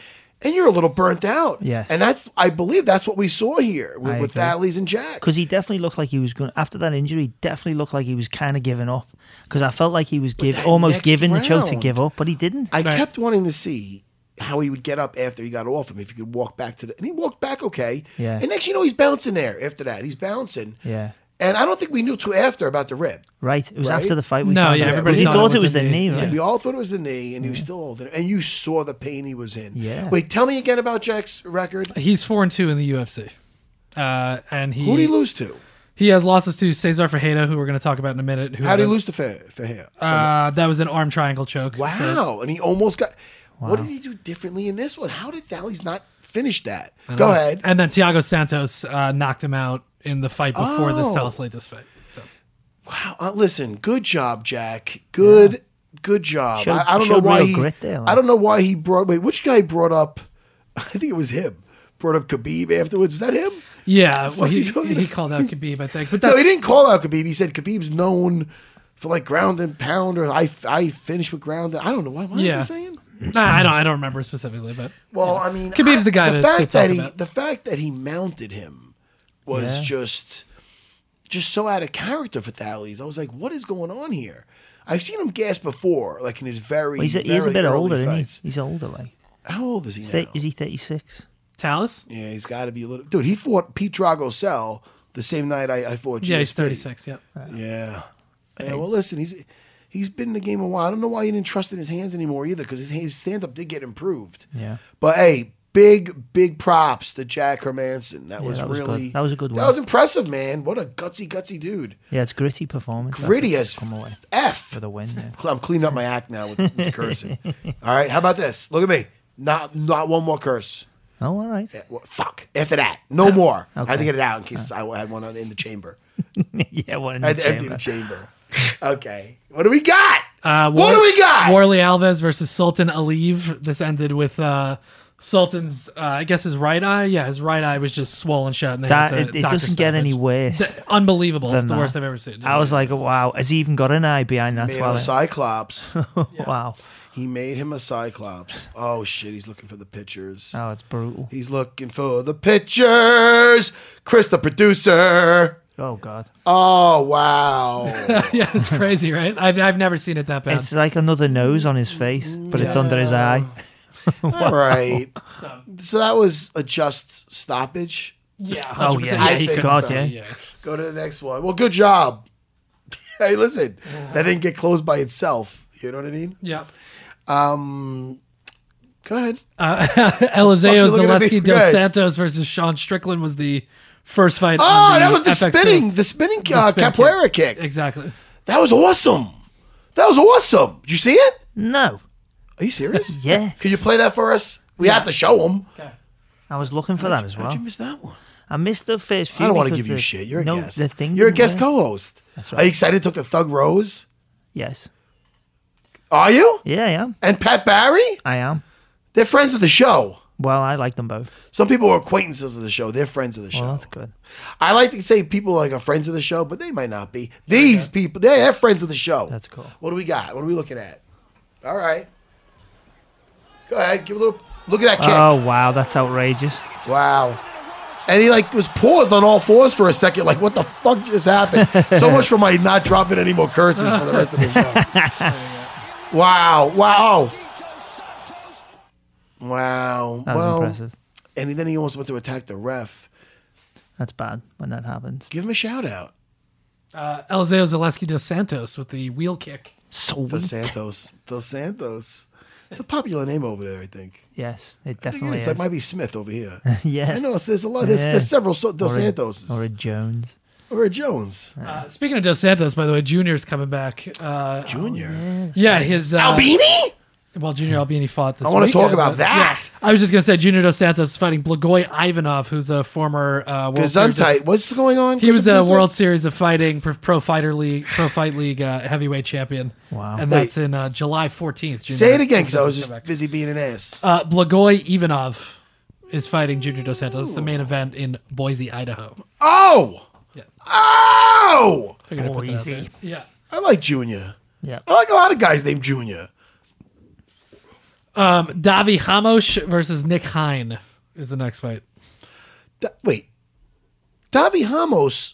and you're a little burnt out.
Yes.
And that's, I believe that's what we saw here with,
I
with
agree.
Thales and Jack.
because he definitely looked like he was going to after that injury. he Definitely looked like he was kind of giving up because I felt like he was give,
that
almost
next
giving the choke to
round-
give up, but he didn't.
I
Right.
kept wanting to see how he would get up after he got off him, if he could walk back to the, and he walked back okay.
Yeah.
And next, you know, he's bouncing there after that. He's bouncing.
yeah,
And I don't think we knew till after about the rib.
right. It was
Right?
after the fight. We
No,
found
yeah,
out.
everybody
we
thought it
thought it
was
was
the
the
knee.
knee,
Yeah.
right?
We all thought it was the knee, and he was still holding it. And you saw the pain he was in.
Yeah.
Wait, tell me again about Jack's record.
He's four and two in the UFC. Uh, and he
Who did he lose to?
he has losses to Cesar Fajeda, who we're going to talk about in a minute. Who
How did he
had a-
lose to Fe- Fahir?
Uh, that was an arm triangle choke.
wow.
So-
and he almost got. What did he do differently in this one? How did Thales not finish that? Go ahead.
And then Thiago Santos uh, knocked him out in the fight before
Oh.
this Talis Leitas fight. So,
Wow. uh, listen, good job, Jack. Good, good job.
Showed-
I, I don't know
showed
why
real
he.
grit there, like-
I don't know why he brought. Wait, which guy brought up? <laughs> I think it was him. Brought up Khabib afterwards. Was that him?
yeah, well,
fuck's
he,
he talking
he
about?
called out Khabib, I think. But
No,
that's,
he didn't call out Khabib. He said Khabib's known for like ground and pound, or I I finish with ground. and-" I don't know why. What
Yeah.
is he saying?
Nah, I don't. I don't remember specifically, but
Well, I mean,
Khabib's
I-
the guy to-
The
to
fact
talk
that he,
about.
the fact that he mounted him was
Yeah.
just, just so out of character for Thales. I was like, what is going on here? I've seen him gas before, like in his very,
Well, he's, a, he's
very
a bit
early
older, isn't
fights.
he? He's older, like
How old is he
Th-
now?
is he thirty six?
Talis.
yeah, he's got to be a little. Dude, he fought Pete Drago Cell the same night I, I fought.
Yeah, he's
GSP.
thirty six. Yeah.
Yeah. Yeah. Well, listen, he's he's been in the game a while. I don't know why he didn't trust in his hands anymore either, because his, his stand up did get improved.
Yeah.
But hey, big big props to Jack Hermanson. That was
that was good.
really
That was a good
That
win.
was impressive, man. What a gutsy gutsy dude.
Yeah, it's gritty performance. that's
Gritty
what's
as
come away
f.
for the win. Yeah.
I'm cleaning up my act now with, with
<laughs>
cursing. All right, how about this? Look at me. Not not one more curse.
Oh, all right. <laughs>
Yeah, well, fuck. After that, no more. I had to
Okay.
get it out in case I had one on- in the chamber.
yeah, what in
I
the
had to empty
chamber.
the chamber. Okay. What do we got?
Uh,
what do we got?
Warley Alves versus Sultan Aliyev. This ended with uh, Sultan's, uh, I guess, his right eye. Yeah, his right eye was just swollen shut. And they
That
had to
it, it
doctor
doesn't get
stoppage.
any worse.
Unbelievable! It's
than
the
that.
worst I've ever seen.
I was like, wow, has he even got an eye behind that
made him a
swelling?
cyclops.
<laughs> Wow.
he made him a cyclops. Oh shit, he's looking for the pictures.
Oh, it's brutal.
He's looking for the pictures. Chris, the producer.
Oh, God.
Oh wow.
<laughs> yeah, it's crazy, right? I've, I've never seen it that bad.
It's like another nose on his face, but it's under his eye.
All right. So that was a just stoppage.
yeah,
Oh,
100%.
yeah. <laughs>
I
he
think
couldn't
so,
see,
yeah.
Go to the next one. Well, good job. <laughs> hey, listen, that didn't get closed by itself. You know what I mean?
yeah.
Um, go ahead.
Eliseo
Fuck you looking at me?
Zaleski
Go
dos
ahead.
Santos versus Sean Strickland was the first fight.
Oh,
on
that was the
FX
spinning,
Bills.
the spinning
The
uh,
spin
capoeira kick.
Exactly.
That was awesome. That was awesome. Did you see it?
No.
Are you serious?
Yeah.
Can you play that for us? We have to show them.
I was looking for that as well.
How'd you miss that one?
I missed the first few.
I don't want to
because
give you
the-
shit. You're a
no,
guest.
The thing
You're a
didn't
guest
work.
co-host.
right.
Are you excited to took the Thug Rose?
Yes.
Are you?
Yeah, I am.
And Pat Barry?
I am.
They're friends of the show.
Well, I like them both.
Some people are acquaintances of the show. They're friends of the show.
Well, that's good.
I like to say people like are friends of the show, but they might not be. These people, they- they're friends of the show.
That's cool.
What do we got? What are we looking at? All right. Go ahead. Give a little look at that kick.
Oh, wow. That's outrageous.
Wow. And he like was paused on all fours for a second, like what the fuck just
<laughs>
happened? so much for my not dropping any more curses for the rest of the show. wow! Wow! Wow!
That was
well,
impressive.
and then he almost went to attack the ref.
That's bad when that happens.
Give him a shout out
Uh, Eliseo Zaleski dos Santos with the wheel kick.
Dos
Sweet.
Santos. Dos Santos. It's a popular name over there, I think.
Yes,
I
it
think it
definitely
is.
is.
It might be Smith over here.
<laughs> Yeah.
I know. It's, there's a lot. There's, there's
Yeah.
several so, Dos
Or a-
Santos
Or Oh, a Jones.
Jones
Uh, speaking of Dos Santos, by the way, Junior's coming back. Uh,
Junior.
yeah, his uh,
Albini.
Well, Junior Albini fought this.
I wanna
weekend,
talk about
but-
that.
yeah. I was just gonna say Junior Dos Santos is fighting Blagoy Ivanov, who's a former uh, World Series. of-
Gesundheit. What's going on?
he was a
Christopher?
World Series of Fighting Pro- Pro Fighter League, Pro Fight League uh, heavyweight champion.
Wow.
And
Wait.
that's in uh, July 14th. Junior
Say it again
Dos
because I was
Santos
just
come back.
busy being an ass.
Uh, Blagoy Ivanov is fighting Junior Dos Santos. It's the main event in Boise, Idaho.
Oh!
Yeah.
Oh!
Figured I'd put that out
Boise.
there. Yeah.
I like Junior.
Yeah.
I like a lot of guys named Junior.
Um, Davi Hamosh versus Nick Hine is the next fight.
Da- wait, Davi Hamos.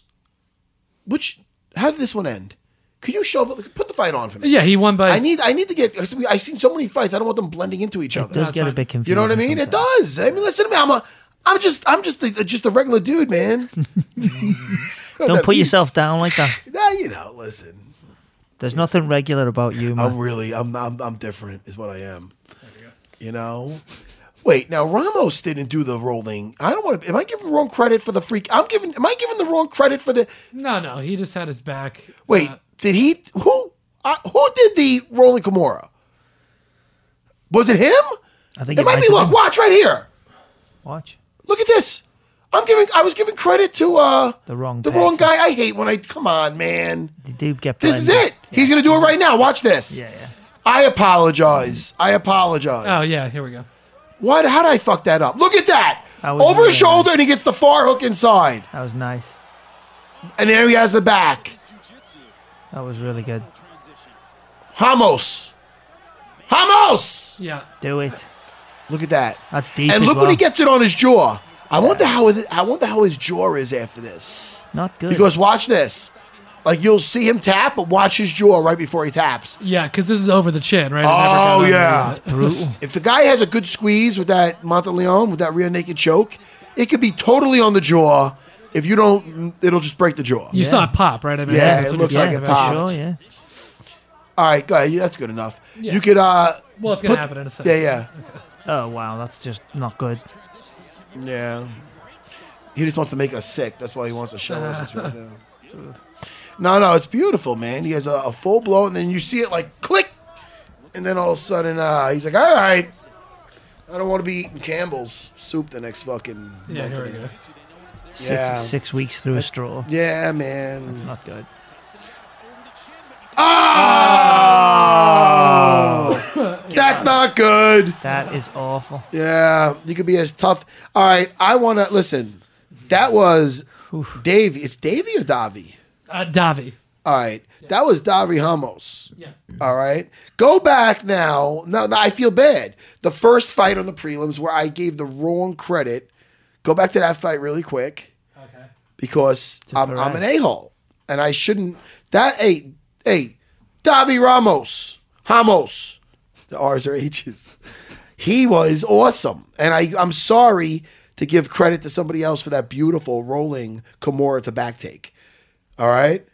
Which? How did this one end? Could you show put the fight on for me?
Yeah, he won by.
I need I need to get. 'cause we- I've seen so many fights. I don't want them blending into each
It
other.
does
that's
get a
fine.
bit confusing.
You know what I mean? It
sometimes.
does. I mean, listen to me. I'm a. I'm just. I'm just. The, just a regular dude,
<laughs>
man.
Don't put yourself down like that.
Nah, you know. Listen.
There's nothing regular about you, man.
I'm really. I'm. I'm. I'm different. Is what I am. You know. Wait. Now Ramos didn't do the rolling. I don't want to. Am I giving wrong credit for the freak? I'm giving. Am I giving the wrong credit for the?
No, no, he just had his back.
Wait.
Uh,
did he? Who? Uh, who did the rolling Kimura? Was it him?
I think
It might be.
have
Look.
been.
Watch right here.
Watch.
Look at this. I'm giving. I was giving credit to uh
The wrong
the wrong
person.
guy. I hate when I come on, man.
They do get.
This is
blended.
it. He's gonna do it right now. Watch this.
Mm-hmm. Yeah, yeah.
I apologize. I apologize.
Oh yeah, here we go.
What? How did I fuck that up? Look at that.
That was
Over his
really
shoulder, and he gets the far hook inside,
That was nice.
and there he has the back.
That was really good.
Hamos. Hamos.
Yeah,
Do it.
Look at that.
That's deep.
and
as
look
well.
when he gets it on his jaw. I wonder how. His, I wonder how his jaw is after this.
Not good.
Because watch this. Like you'll see him tap, but watch his jaw right before he taps.
yeah, because this is over the chin, right? It never got
Oh
under
yeah.
it.
brutal.
If the guy has a good squeeze with that Monteleone, with that rear naked choke, it could be totally on the jaw. If you don't, it'll just break the jaw.
You saw it pop, right? I mean,
Yeah,
that's
it
what
looks
you're
like
talking
it
about.
popped.
sure, yeah.
All right, go ahead. That's good enough.
Yeah.
You could. uh
Well, it's gonna
put-
happen in a second.
Yeah, yeah,
Oh wow, that's just not good.
yeah. He just wants to make us sick. That's why he wants to show us this right now. No, no, it's beautiful, man. He has a, a full blow, and then you see it like click, and then all of a sudden, uh, he's like, "All right, I don't want to be eating Campbell's soup the next fucking
Yeah,
month
here
of the
we go.
year."
Six,
Yeah.
six weeks through a straw.
Yeah, man.
It's not good.
That's not good.
That is awful.
Yeah, you could be as tough. All right, I want to listen. That was Davy. It's Davy or Davi?
Uh, Davi.
All right, that was Davi Hamos.
Yeah.
All right, go back now. No, no, I feel bad. The first fight on the prelims where I gave the wrong credit. Go back to that fight really quick
Okay.
because I'm, I'm
Perez.
an a hole and I shouldn't. That hey hey, Davi Ramos Hamos, the R's are H's. He was awesome, and I I'm sorry to give credit to somebody else for that beautiful rolling Kimura to back take. All right,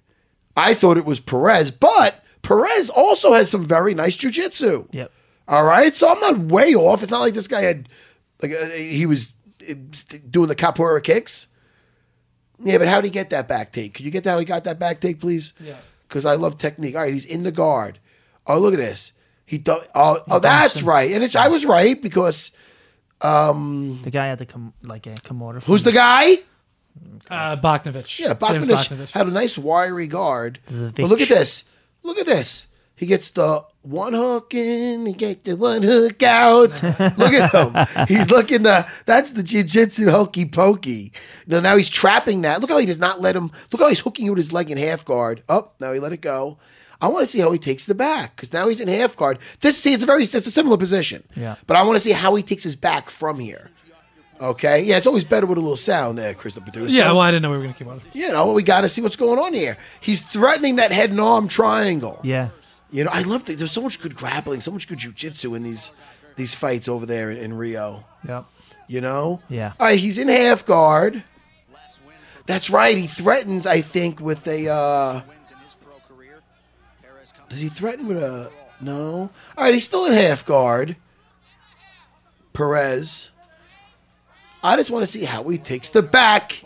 I thought it was Perez, but Perez also had some very nice jujitsu.
Yep.
All right, so I'm not way off. It's not like this guy had, like, uh, he was uh, doing the capoeira kicks. Yeah, but how did he get that back take? Could you get that? How he got that back take, please?
Yeah.
Because I love technique. All right, he's in the guard. Oh, look at this. He do- oh, oh that's right. And it's I was right because
The guy had to come like a Kimura.
who's the guy?
Uh, Bogdanovich.
Yeah,
James
Bogdanovich had a nice wiry guard.
The
But look at
bitch.
this. Look at this. He gets the one hook in, he gets the one hook out. look at him. He's looking the that's the jiu-jitsu hokey pokey. Now now he's trapping that. Look how he does not let him look how he's hooking you with his leg in half guard. Up, now he let it go. I want to see how he takes the back because now he's in half guard. This see, it's a very it's a similar position.
Yeah.
But I want to see how he takes his back from here. Okay. Yeah, it's always better with a little sound there, Chris the producer
Yeah, well, I didn't know we were gonna keep on.
you know, we got to see what's going on here. He's threatening that head and arm triangle.
Yeah.
You know, I love that. There's so much good grappling, so much good jujitsu in these these fights over there in, in Rio.
Yep.
You know.
Yeah.
All right, he's in half guard. That's right. He threatens. I think with a. uh Does he threaten with a? No. All right, he's still in half guard. Perez. I just want to see how he takes the back.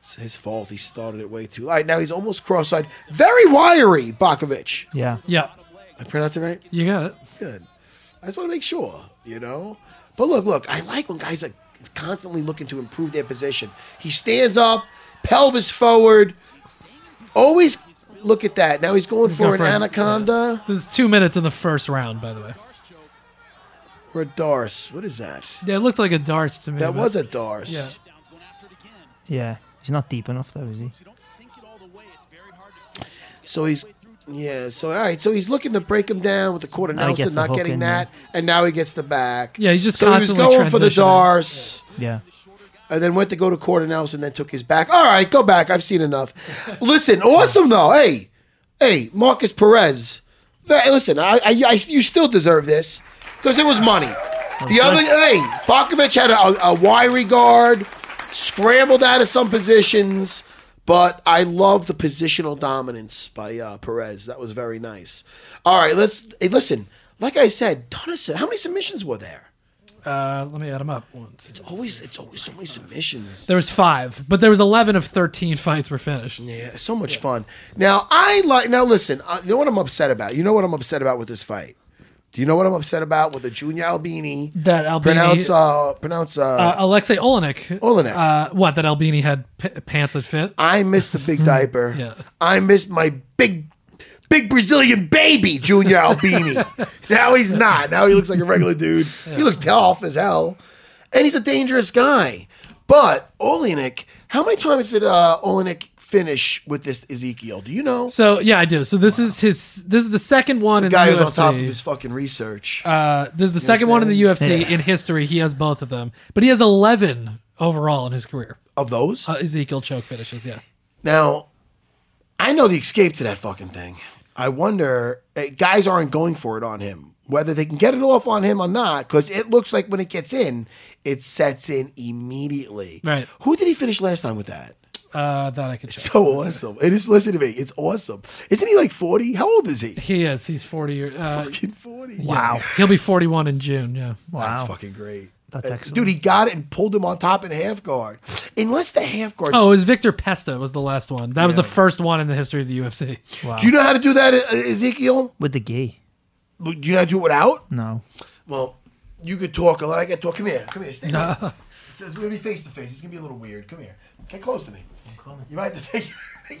It's his fault. He started it way too. All right, now he's almost cross-eyed. Very wiry, Bakovic.
Yeah.
Yeah,
I pronounced it right
you got it.
good. I just want to make sure, you know. But look, look, I like when guys are constantly looking to improve their position. He stands up, pelvis forward. Always look at that. Now he's going for
going
an
for an-
anaconda
There's two minutes in the first round, by the way.
or a darce. What is that?
Yeah, it looked like a dart to me.
That
but-
was a darce.
Yeah.
Yeah. He's not deep enough though, is he?
So he's Yeah. So all right. So he's looking to break him down with the quarter
Now he
Nelson,
gets the
not
hook
getting
in
that, and now he gets the back.
Yeah, he's just
so he was
constantly
going for the
transitioning.
Dars,
Yeah.
and then went to go to quarter Nelson, then took his back. All right, go back. I've seen enough. <laughs> Listen, awesome though. Hey, hey, Marcus Perez. Hey, listen, I, I, I- you still deserve this because it was money. The other, hey, Bakovic had a, a wiry guard, scrambled out of some positions, but I love the positional dominance by uh, Perez. That was very nice. All right, let's hey, listen. Like I said, Donison, how many submissions were there?
Uh, let me add them up. One, two.
It's always, it's always so many submissions.
There was five, but there was eleven of thirteen <laughs> fights were finished.
Yeah, so much fun. Now I like. Now listen, uh, you know what I'm upset about. You know what I'm upset about with this fight. Do you know what I'm upset about with the Junior Albini?
That Albini,
pronounce uh pronounce uh.
uh, Alexei Olenek.
Olenek.
Uh, what that Albini had p- pants that fit.
I miss the big diaper.
<laughs> Yeah.
I miss my big. Big Brazilian baby, Junior
<laughs>
Albini. now he's not. Now he looks like a regular dude. He looks tough as hell. And he's a dangerous guy. But Olenek, how many times did uh, Olenek finish with this Ezekiel? Do you know?
So yeah, I do. So this is his. This is the second one in
guy
the
who's
UFC.
on top of his fucking research.
uh, this is the second one in the UFC
Yeah.
in history. He has both of them, but he has eleven overall in his career.
of those.
Uh, Ezekiel choke finishes. Yeah.
now, I know the escape to that fucking thing. I wonder, eh, guys aren't going for it on him, whether they can get it off on him or not, because it looks like when it gets in, it sets in immediately.
Right.
Who did he finish last time with that? <laughs>
Uh, that I could. Check.
So awesome. It is, listen to me, it's awesome. Isn't he like 40? How old is he?
he is. He's forty years. Uh,
Fucking 40.
wow. He'll be forty-one in June. Yeah.
That's
Wow.
fucking great.
That's
Uh,
excellent.
Dude, he got it and pulled him on top in half guard. Unless the half guard.
Oh, it was Victor Pesta was the last one. That was the first one in the history of the UFC.
do you know how to do that, eh, Ezekiel?
With the gi.
Do you know how to do it without?
No.
Well, you could talk a lot. I got to talk. Come here. Come here. Stay. here. It's- It's going to be face to face. It's going to be a little weird. Come here. Get close to me. You might have to take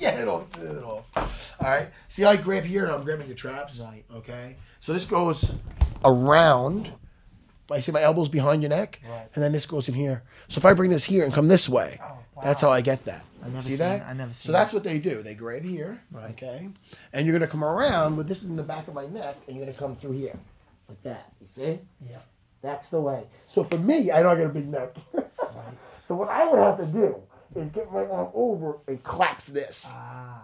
<laughs> your head off. the- it off. All right. See how I grab here and I'm grabbing your traps?
Right.
Okay. So this goes around. I see my elbows behind your neck. Right. And then this goes in here. So if I bring this here and come this way, that's how I get that.
never
see
seen
that?
that. Oh, I never
so
seen
that's what they do. They grab here. Right. Okay. And you're going to come around with this in the back of my neck and you're going to come through here. Like that. You see? Yeah. That's the way. So for me, I know I got a big neck. <laughs> so what I would have to do is get my arm over and collapse this.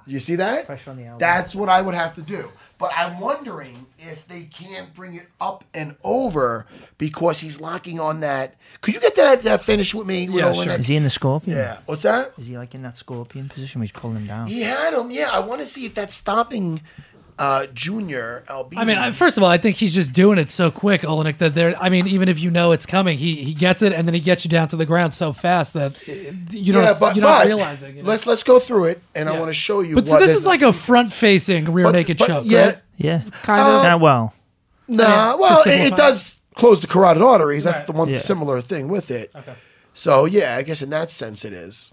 You see that?
Ah. Pressure on the elbow.
That's what I would have to do. But I'm wondering if they can't bring it up and over because he's locking on that. Could you get that, that finish with me? with
Yeah,
Olenek?
sure.
Is he in the scorpion?
Yeah. What's that?
Is he like in that scorpion position where he's pulling him down?
He had him. Yeah. I want to see if that's stopping uh, Junior Albini.
I mean, I- first of all, I think he's just doing it so quick, Olenek, that there. I mean, even if you know it's coming, he he gets it, and then he gets you down to the ground so fast that uh, you don't you're not realizing. you know?
Let's let's go through it, and I
Yeah.
want to show you.
But so
what
this
there's
is like a front-facing rear
but-
naked
but
choke.
Yeah,
right?
Yeah.
Kind
Oh.
of.
Not well.
Nah, well,
to
it, it
simplify.
does close the carotid arteries. That's the one
Yeah.
similar thing with it. So yeah, I guess in that sense it is.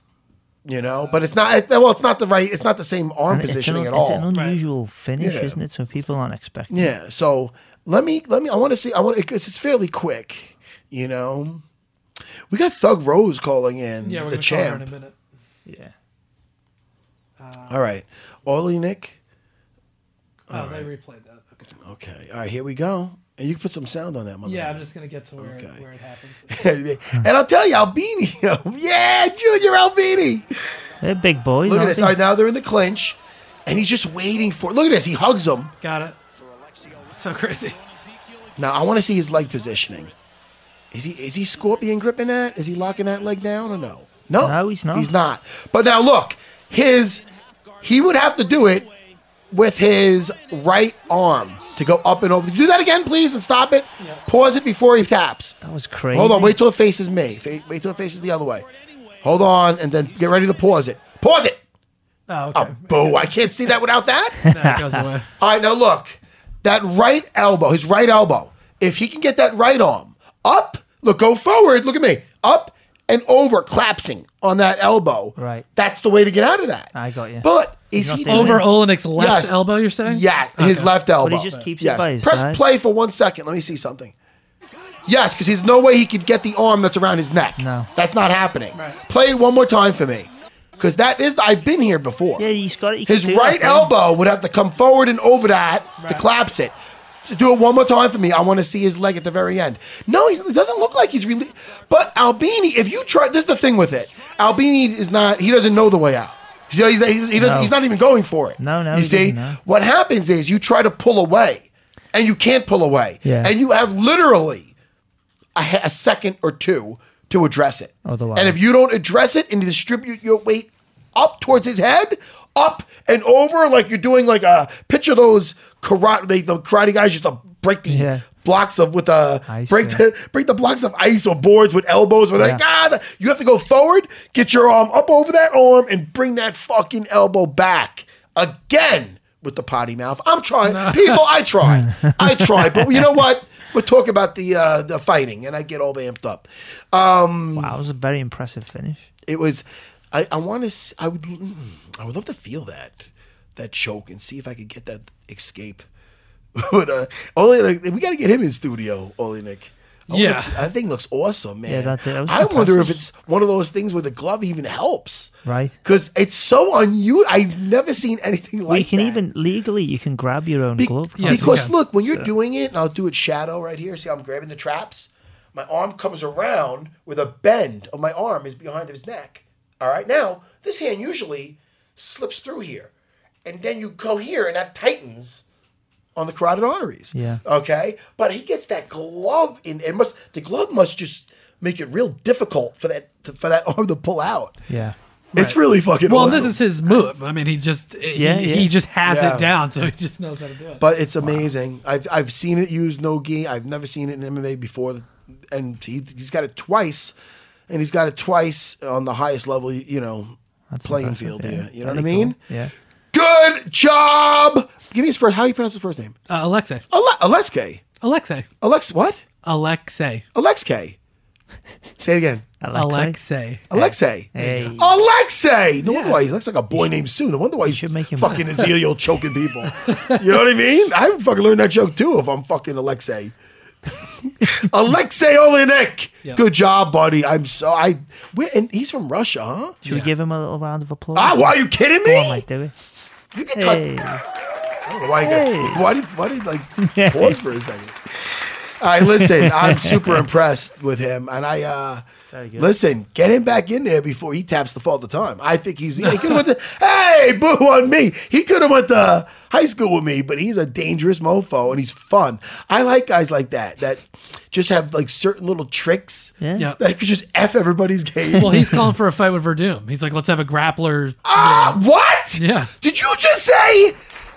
You know, but it's not. it- well, it's not the right. It's not the same arm
And it's an-
positioning at
it's
all.
an unusual finish,
Yeah.
isn't it? So people aren't expecting.
yeah. So let me let me. I want to see. I want. It's, it's fairly quick. You know, we got Thug Rose calling in.
yeah, we're
the
gonna call her in a
champ.
minute.
Yeah.
All right, Orly Nick.
Oh, they replayed that. Okay.
Okay. All right. Here we go. And you can put some sound on that. motherfucker.
Yeah, I'm just gonna get to where
Okay.
where it happens.
and I'll tell you, Albini. <laughs> yeah, Junior Albini.
They're big boys.
Look at
aren't
this.
they?
All right, now they're in the clinch, and he's just waiting for. Look at this. He hugs him.
Got it. So crazy.
Now I want to see his leg positioning. Is he is he scorpion gripping that? Is he locking that leg down or no? No,
No, he's not.
He's not. But now look, his he would have to do it with his right arm to go up and over. Do that again, please, and stop it. Pause it before he taps.
That was crazy.
Hold on, wait till it faces me. Fa- Wait till it faces the other way. Hold on, and then get ready to pause it. Pause it.
Oh, okay.
Oh, boo! I can't see that without
<laughs>
that.
That goes
<laughs>
away.
All right, now look, that right elbow, his right elbow. If he can get that right arm up, look, go forward. Look at me, up and over, collapsing on that elbow.
Right.
that's the way to get out of that.
I got you.
But is he
Nothing.
Over Olenek's left
Yes.
elbow, you're saying?
Yeah, his left elbow.
just keeps it
yes.
by his
Press
side.
play for one second. Let me see something. Yes, because there's no way he could get the arm that's around his neck.
No.
that's not happening. Play it one more time for me. because that is I've been here before.
Yeah, he's got it. He can
His
do
right
that, man.
elbow would have to come forward and over that to
Right.
collapse it. To do it one more time for me, I want to see his leg at the very end. No, he's, it doesn't look like he's really. But Albini, if you try, this is the thing with it. Albini is not. He doesn't know the way out. He's, he's, he doesn't,
No.
he's not even going for it.
No, no,
You
he
see,
doesn't know.
what happens is you try to pull away, and you can't pull away,
Yeah.
and you have literally a, he- a second or two to address it.
Otherwise-
and if you don't address it and distribute your weight up towards his head, up and over, like you're doing like a picture those karate they, the karate guys used to break the
Yeah.
blocks of with the
Ice,
break
yeah.
the break the blocks of ice or boards with elbows. Where they're like,
Yeah.
ah, the-" you have to go forward, get your arm up over that arm, and bring that fucking elbow back again with the potty mouth. I'm trying, people.
<laughs>
I try, I try, but you know what? We're talking about the uh, the fighting, and I get all amped up.
Wow, it was a very impressive finish.
It was. I, I want to. I would. mm, I would love to feel that that choke and see if I could get that escape. <laughs> but uh, Ole, like, we got to get him in studio, Ole Nick. I wonder
Yeah.
if- that thing looks awesome, man.
Yeah, that- that was
I wonder if
impressive.
it's one of those things where the glove even helps,
Right.
Because it's so unusual. I've never seen anything like.
Well, you can
that.
even legally you can grab your own
Be-
glove.
yeah,
can't you?
because
can.
look, when you're doing it, and I'll do it shadow right here. See, how I'm grabbing the traps. My arm comes around with a bend of my arm is behind his neck. All right, now this hand usually slips through here, and then you go here, and that tightens on the carotid arteries.
Yeah.
Okay, but he gets that glove in, and must the glove must just make it real difficult for that for that <laughs> arm to pull out.
yeah.
It's really fucking.
Well,
awesome.
this is his move. I mean, he just he,
Yeah, yeah.
he just has
Yeah.
it down, so he just uh, knows how to do it.
But it's amazing. I've I've seen it used no gi. I've never seen it in MMA before, and he he's got it twice, and he's got it twice on the highest level. You know,
That's
playing
impressive,
field
yeah.
here. You know what I
Very
mean?
cool. Yeah.
Good job. Give me his first. How you pronounce his first name?
Uh, Alexei,
Ale- Alexei.
Alexei,
Alex. What?
Alexei,
Alexei. Say it again.
Alexei.
Alexei.
Hey.
Alexei! No wonder why he looks like a boy named Sue. No wonder why he's
should make him-
fucking Ezekiel choking
<laughs>
people. You know what I mean? I would fucking learn that joke too if I'm fucking
<laughs>
Alexei. Alexei Olenek!
Yeah.
Good job, buddy. I'm so I. Where, and he's from Russia, huh?
Should we
Yeah.
give him a little round of applause?
Ah, why are you kidding me?
Go on, mate, do it.
you can touch.
Hey.
I don't know why, he got, <laughs>
Hey.
why did why
<laughs>
did like pause for a second? All right, listen, I'm
<laughs>
super impressed with him, and I uh,
Very good.
listen, get him back in there before he taps the fall the time. I think he's he could
<laughs>
have went to hey boo on me. He could have went to high school with me, but he's a dangerous mofo and he's fun. I like guys like that that just have like certain little tricks
Yeah.
Yeah.
that could just f everybody's game.
Well, he's calling for a fight with Verdum. He's like, let's have a grappler.
Ah, what?
Yeah.
Did you just say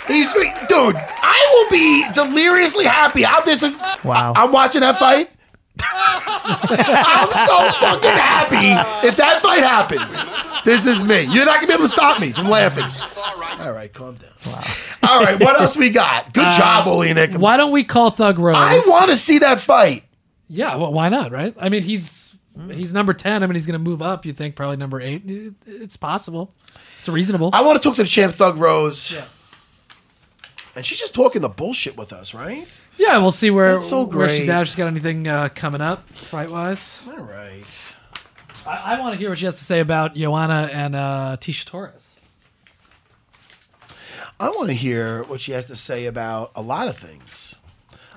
he's dude? I will be deliriously happy. I'm this is
Wow.
Oh.
I, am watching that
<laughs>
fight. I'm so fucking happy if that fight happens. This is me. You're not gonna be able to stop me from laughing. All right, calm down. All right, what else we got? Good
Uh,
job, Ole Nick.
Why don't we call Thug Rose?
I want to see that fight.
Yeah, well, why not, right? I mean, he's
Hmm.
he's number ten. I mean, he's going to move up. You think probably number eight? It- It's possible. It's reasonable.
I want to talk to the champ Thug Rose.
Yeah.
And she's just talking the bullshit with us, right?
yeah, we'll see where
That's so
where she's
great.
at. If she's got anything uh, coming up fight wise.
All right.
I, I want to hear what she has to say about Joanna and uh, Tisha Torres.
I want to hear what she has to say about a lot of things.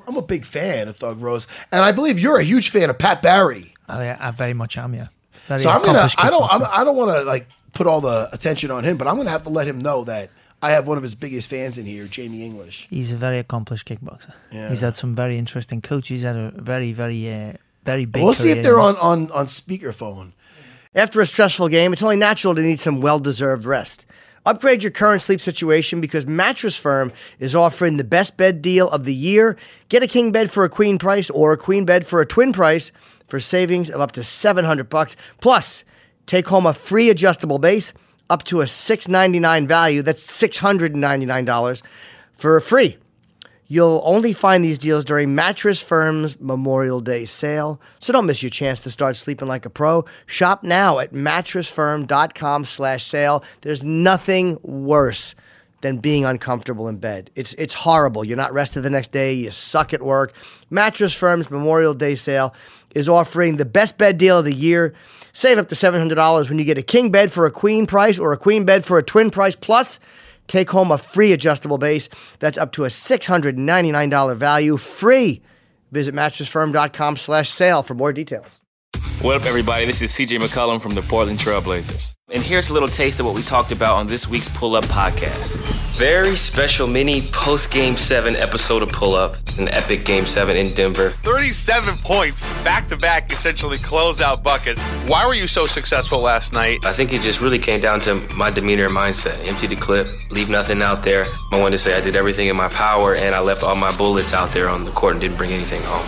I'm a big fan of Thug Rose, and I believe you're a huge fan of Pat Barry.
Oh, yeah, I very much am, yeah. Very
So I'm gonna.
accomplished
I don't. I'm,
kickboxer.
I don't want to like put all the attention on him, but I'm gonna have to let him know that I have one of his biggest fans in here, Jamie English.
He's a very accomplished kickboxer.
Yeah.
He's had some very interesting coaches. He's had a very, very, uh, very big.
we'll see
career.
if they're on on on speakerphone.
After a stressful game, it's only natural to need some well deserved rest. Upgrade your current sleep situation because Mattress Firm is offering the best bed deal of the year. Get a king bed for a queen price or a queen bed for a twin price for savings of up to 700 bucks. Plus, take home a free adjustable base up to a $699 value. That's $699 for free. You'll only find these deals during Mattress Firm's Memorial Day sale, so don't miss your chance to start sleeping like a pro. Shop now at mattressfirm.com/sale. There's nothing worse than being uncomfortable in bed. It's it's horrible. You're not rested the next day. You suck at work. Mattress Firm's Memorial Day sale is offering the best bed deal of the year. Save up to $700 when you get a king bed for a queen price or a queen bed for a twin price plus take home a free adjustable base that's up to a $699 value free. Visit mattressfirm.com/sale slash sale for more details.
What up, everybody? This is CJ McCollum from the Portland Trailblazers. And here's a little taste of what we talked about on this week's Pull Up Podcast.
Very special mini post game seven episode of Pull Up, an epic game seven in Denver.
37 points, back to back, essentially closeout buckets. Why were you so successful last night?
I think it just really came down to my demeanor and mindset. Empty the clip, leave nothing out there. I wanted to say I did everything in my power and I left all my bullets out there on the court and didn't bring anything home.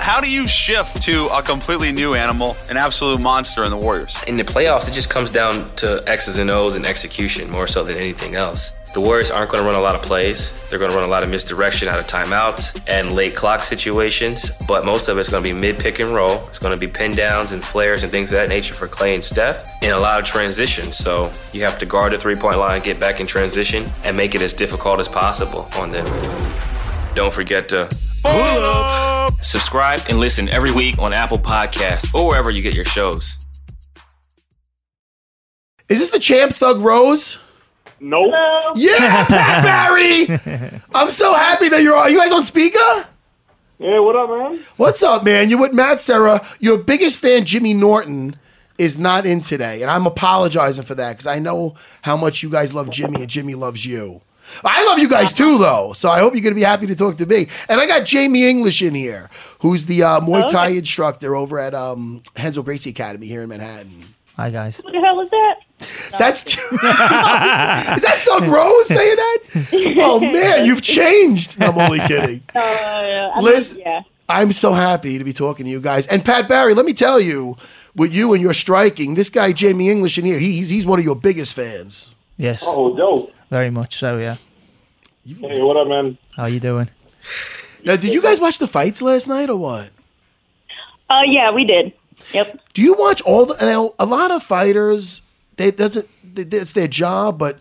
How do you shift to a completely new animal, an absolute monster in the Warriors?
In the playoffs, it just comes down to X's and O's and execution more so than anything else. The Warriors aren't going to run a lot of plays. They're going to run a lot of misdirection out of timeouts and late clock situations, but most of it's going to be mid pick and roll. It's going to be pin downs and flares and things of that nature for Clay and Steph, and a lot of transition. So you have to guard the three point line, get back in transition, and make it as difficult as possible on them. Don't forget to pull up.
Subscribe and listen every week on Apple Podcasts or wherever you get your shows.
Is this the champ Thug Rose?
Nope.
Yeah,
<laughs>
Pat Barry. I'm so happy that you're. Are you guys on speaker?
Yeah, what up, man?
What's up, man? You're with Matt Sarah. Your biggest fan, Jimmy Norton, is not in today, and I'm apologizing for that because I know how much you guys love Jimmy, and Jimmy loves you. I love you guys too, though. So I hope you're going to be happy to talk to me. And I got Jamie English in here, who's the uh, Muay Thai
Okay.
instructor over at um, Hensel Gracie Academy here in Manhattan.
Hi guys.
What the hell is that?
That's is <laughs> that Thug Rose saying that? Oh man, you've changed. No, I'm only kidding.
Uh, I mean,
Liz-
yeah.
I'm so happy to be talking to you guys. And Pat Barry, let me tell you, with you and your striking, this guy Jamie English in here, he- he's he's one of your biggest fans.
Yes.
Oh, dope.
Very much so. Yeah.
Hey, what up, man?
How you doing?
Now, did you guys watch the fights last night or what?
Uh, yeah, we did. Yep.
Do you watch all the? Now, a lot of fighters, they doesn't. they- It's their job, but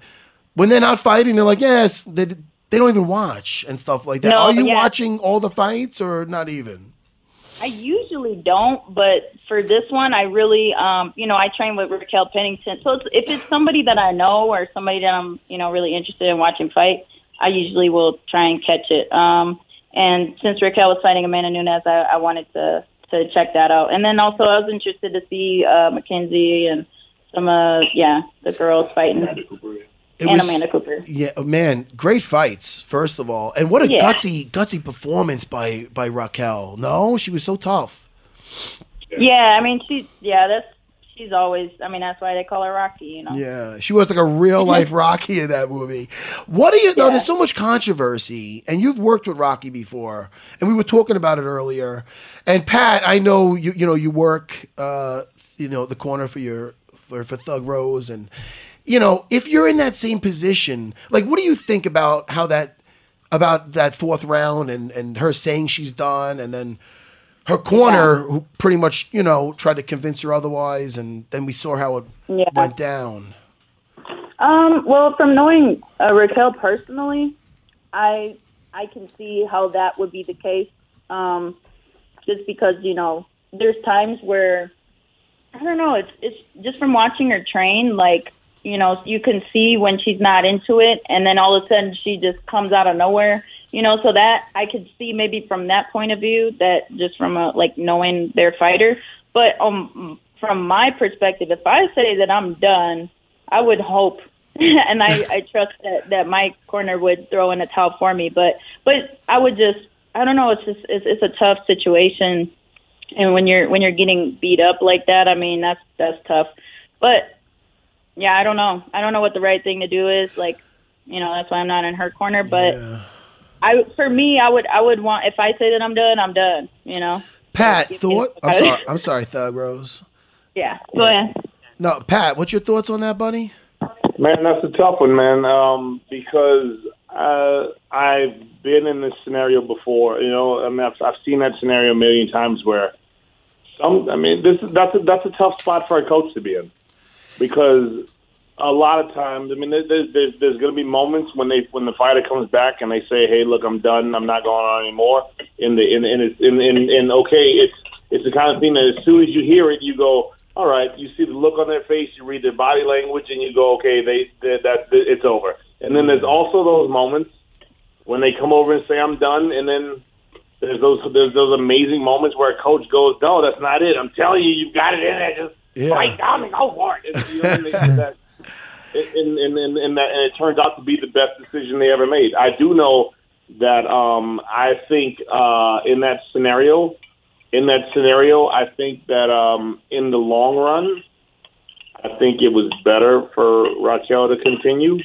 when they're not fighting, they're like, yes, they they don't even watch and stuff like that.
No,
Are you
yeah.
watching all the fights or not even?
I usually don't, but for this one, I really, um, you know, I train with Raquel Pennington. So it's, if it's somebody that I know or somebody that I'm, you know, really interested in watching fight, I usually will try and catch it. Um, and since Raquel was fighting Amanda Nunes, I, I wanted to to check that out. And then also, I was interested to see uh, Mackenzie and some, uh, yeah, the girls fighting.
It
and
was-
Amanda Cooper.
Yeah, oh, man, great fights first of all, and what a
Yeah.
gutsy gutsy performance by by Raquel. No, she was so tough.
Yeah, I mean, she, yeah, that's she's always. I mean, that's why they call her Rocky. You know.
Yeah, she was like a real life Rocky in that movie. What do you know? There's so much controversy, and you've worked with Rocky before, and we were talking about it earlier. And Pat, I know you you know you work uh, you know the corner for your for, for Thug Rose, and you know if you're in that same position, like what do you think about how that about that fourth round and and her saying she's done, and then her corner who pretty much you know tried to convince her otherwise, and then we saw how it
Yeah.
went down.
Um, well, from knowing uh, Raquel personally, I I can see how that would be the case. Um, just because you know, there's times where I don't know. It's it's just from watching her train. Like you know, you can see when she's not into it, and then all of a sudden she just comes out of nowhere. You know, so that I could see maybe from that point of view that just from a like knowing their fighter. But um, from my perspective, if I say that I'm done, I would hope, <laughs> and I, I trust that that my corner would throw in a towel for me. But but I would just I don't know. It's just it's, it's a tough situation, and when you're when you're getting beat up like that, I mean that's that's tough. But yeah, I don't know. I don't know what the right thing to do is. Like you know, that's why I'm not in her corner. But I for me, I would I would want if I say that I'm done, I'm done. You know.
Pat,
Give me
thought.
the fuck
I'm
out of
<laughs>
sorry.
here.
I'm sorry, Thug Rose.
Yeah. Go ahead.
No, Pat, what's your thoughts on that, buddy?
Man,
that's a tough one, man. Um, because uh, I've been in this scenario before. You know, I mean, I've, I've seen that scenario a million times where some. I mean, this that's a, that's a tough spot for a coach to be in because a lot of times, I mean, there, there's there's, there's going to be moments when they when the fighter comes back and they say, "Hey, look, I'm done. I'm not going on anymore." And the and and it's and, and, and okay, it's it's the kind of thing that as soon as you hear it, you go, "All right." You see the look on their face, you read their body language, and you go, "Okay, they, they that it's over." And then there's also those moments when they come over and say, "I'm done," and then there's those there's those amazing moments where a coach goes, "No, that's not it. I'm telling you, you've got it in there. Just
Yeah.
fight down and go for it." And, you know, and they did that, and, and, and, and that, and it turns out to be the best decision they ever made. I do know that um, I think uh, in that scenario, in that scenario, I think that um, in the long run, I think it was better for Raquel to continue.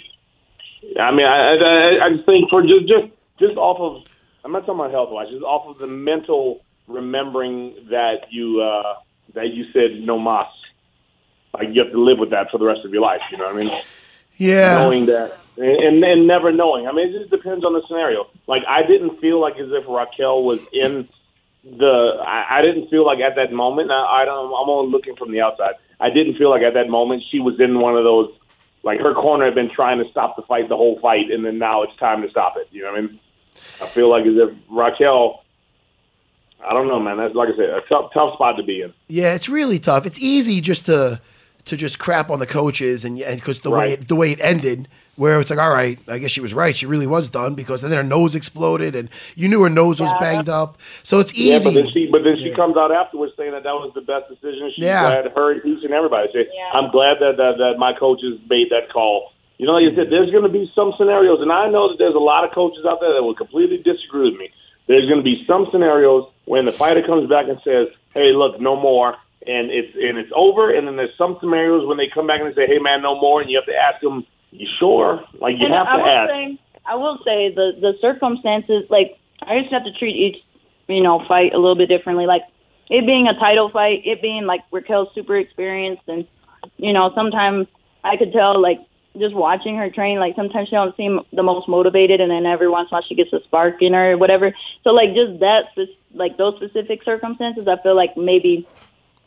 I mean, I I, I- I just think for just just just off of I'm not talking about health wise, just off of the mental remembering that you uh, that you said no mas, like you have to live with that for the rest of your life. You know what I mean?
Yeah.
knowing that and, and and never knowing. I mean, it just depends on the scenario. Like I didn't feel like as if Raquel was in the. I, I didn't feel like at that moment. I, I don't. I'm only looking from the outside. I didn't feel like at that moment she was in one of those. Like her corner had been trying to stop the fight the whole fight, and then now it's time to stop it. You know what I mean? I feel like as if Raquel. I don't know, man. That's like I said, a tough, tough spot to be in.
Yeah, it's really tough. It's easy just to to just crap on the coaches and and because the way
Right.
it, the way it ended, where it's like, all right, I guess she was right. She really was done because then her nose exploded and you knew her nose was banged up. So it's easy.
Yeah, but then she but then she comes out afterwards saying that that was the best decision. She's
Yeah.
glad her and each and everybody. She, I'm glad that, that that my coaches made that call. You know, like I said, there's going to be some scenarios, and I know that there's a lot of coaches out there that will completely disagree with me. There's going to be some scenarios when the fighter comes back and says, "Hey, look, no more," and it's and it's over. And then there's some scenarios when they come back and they say, "Hey, man, no more," and you have to ask them, "You sure?" Like you
and
have
I
to
will
ask.
say, I will say the the circumstances. Like I just have to treat each you know fight a little bit differently. Like it being a title fight, it being like Raquel's super experienced, and you know sometimes I could tell like just watching her train. Like sometimes she don't seem the most motivated, and then every once in a while she gets a spark in her or whatever. So like just that spec- like those specific circumstances, I feel like maybe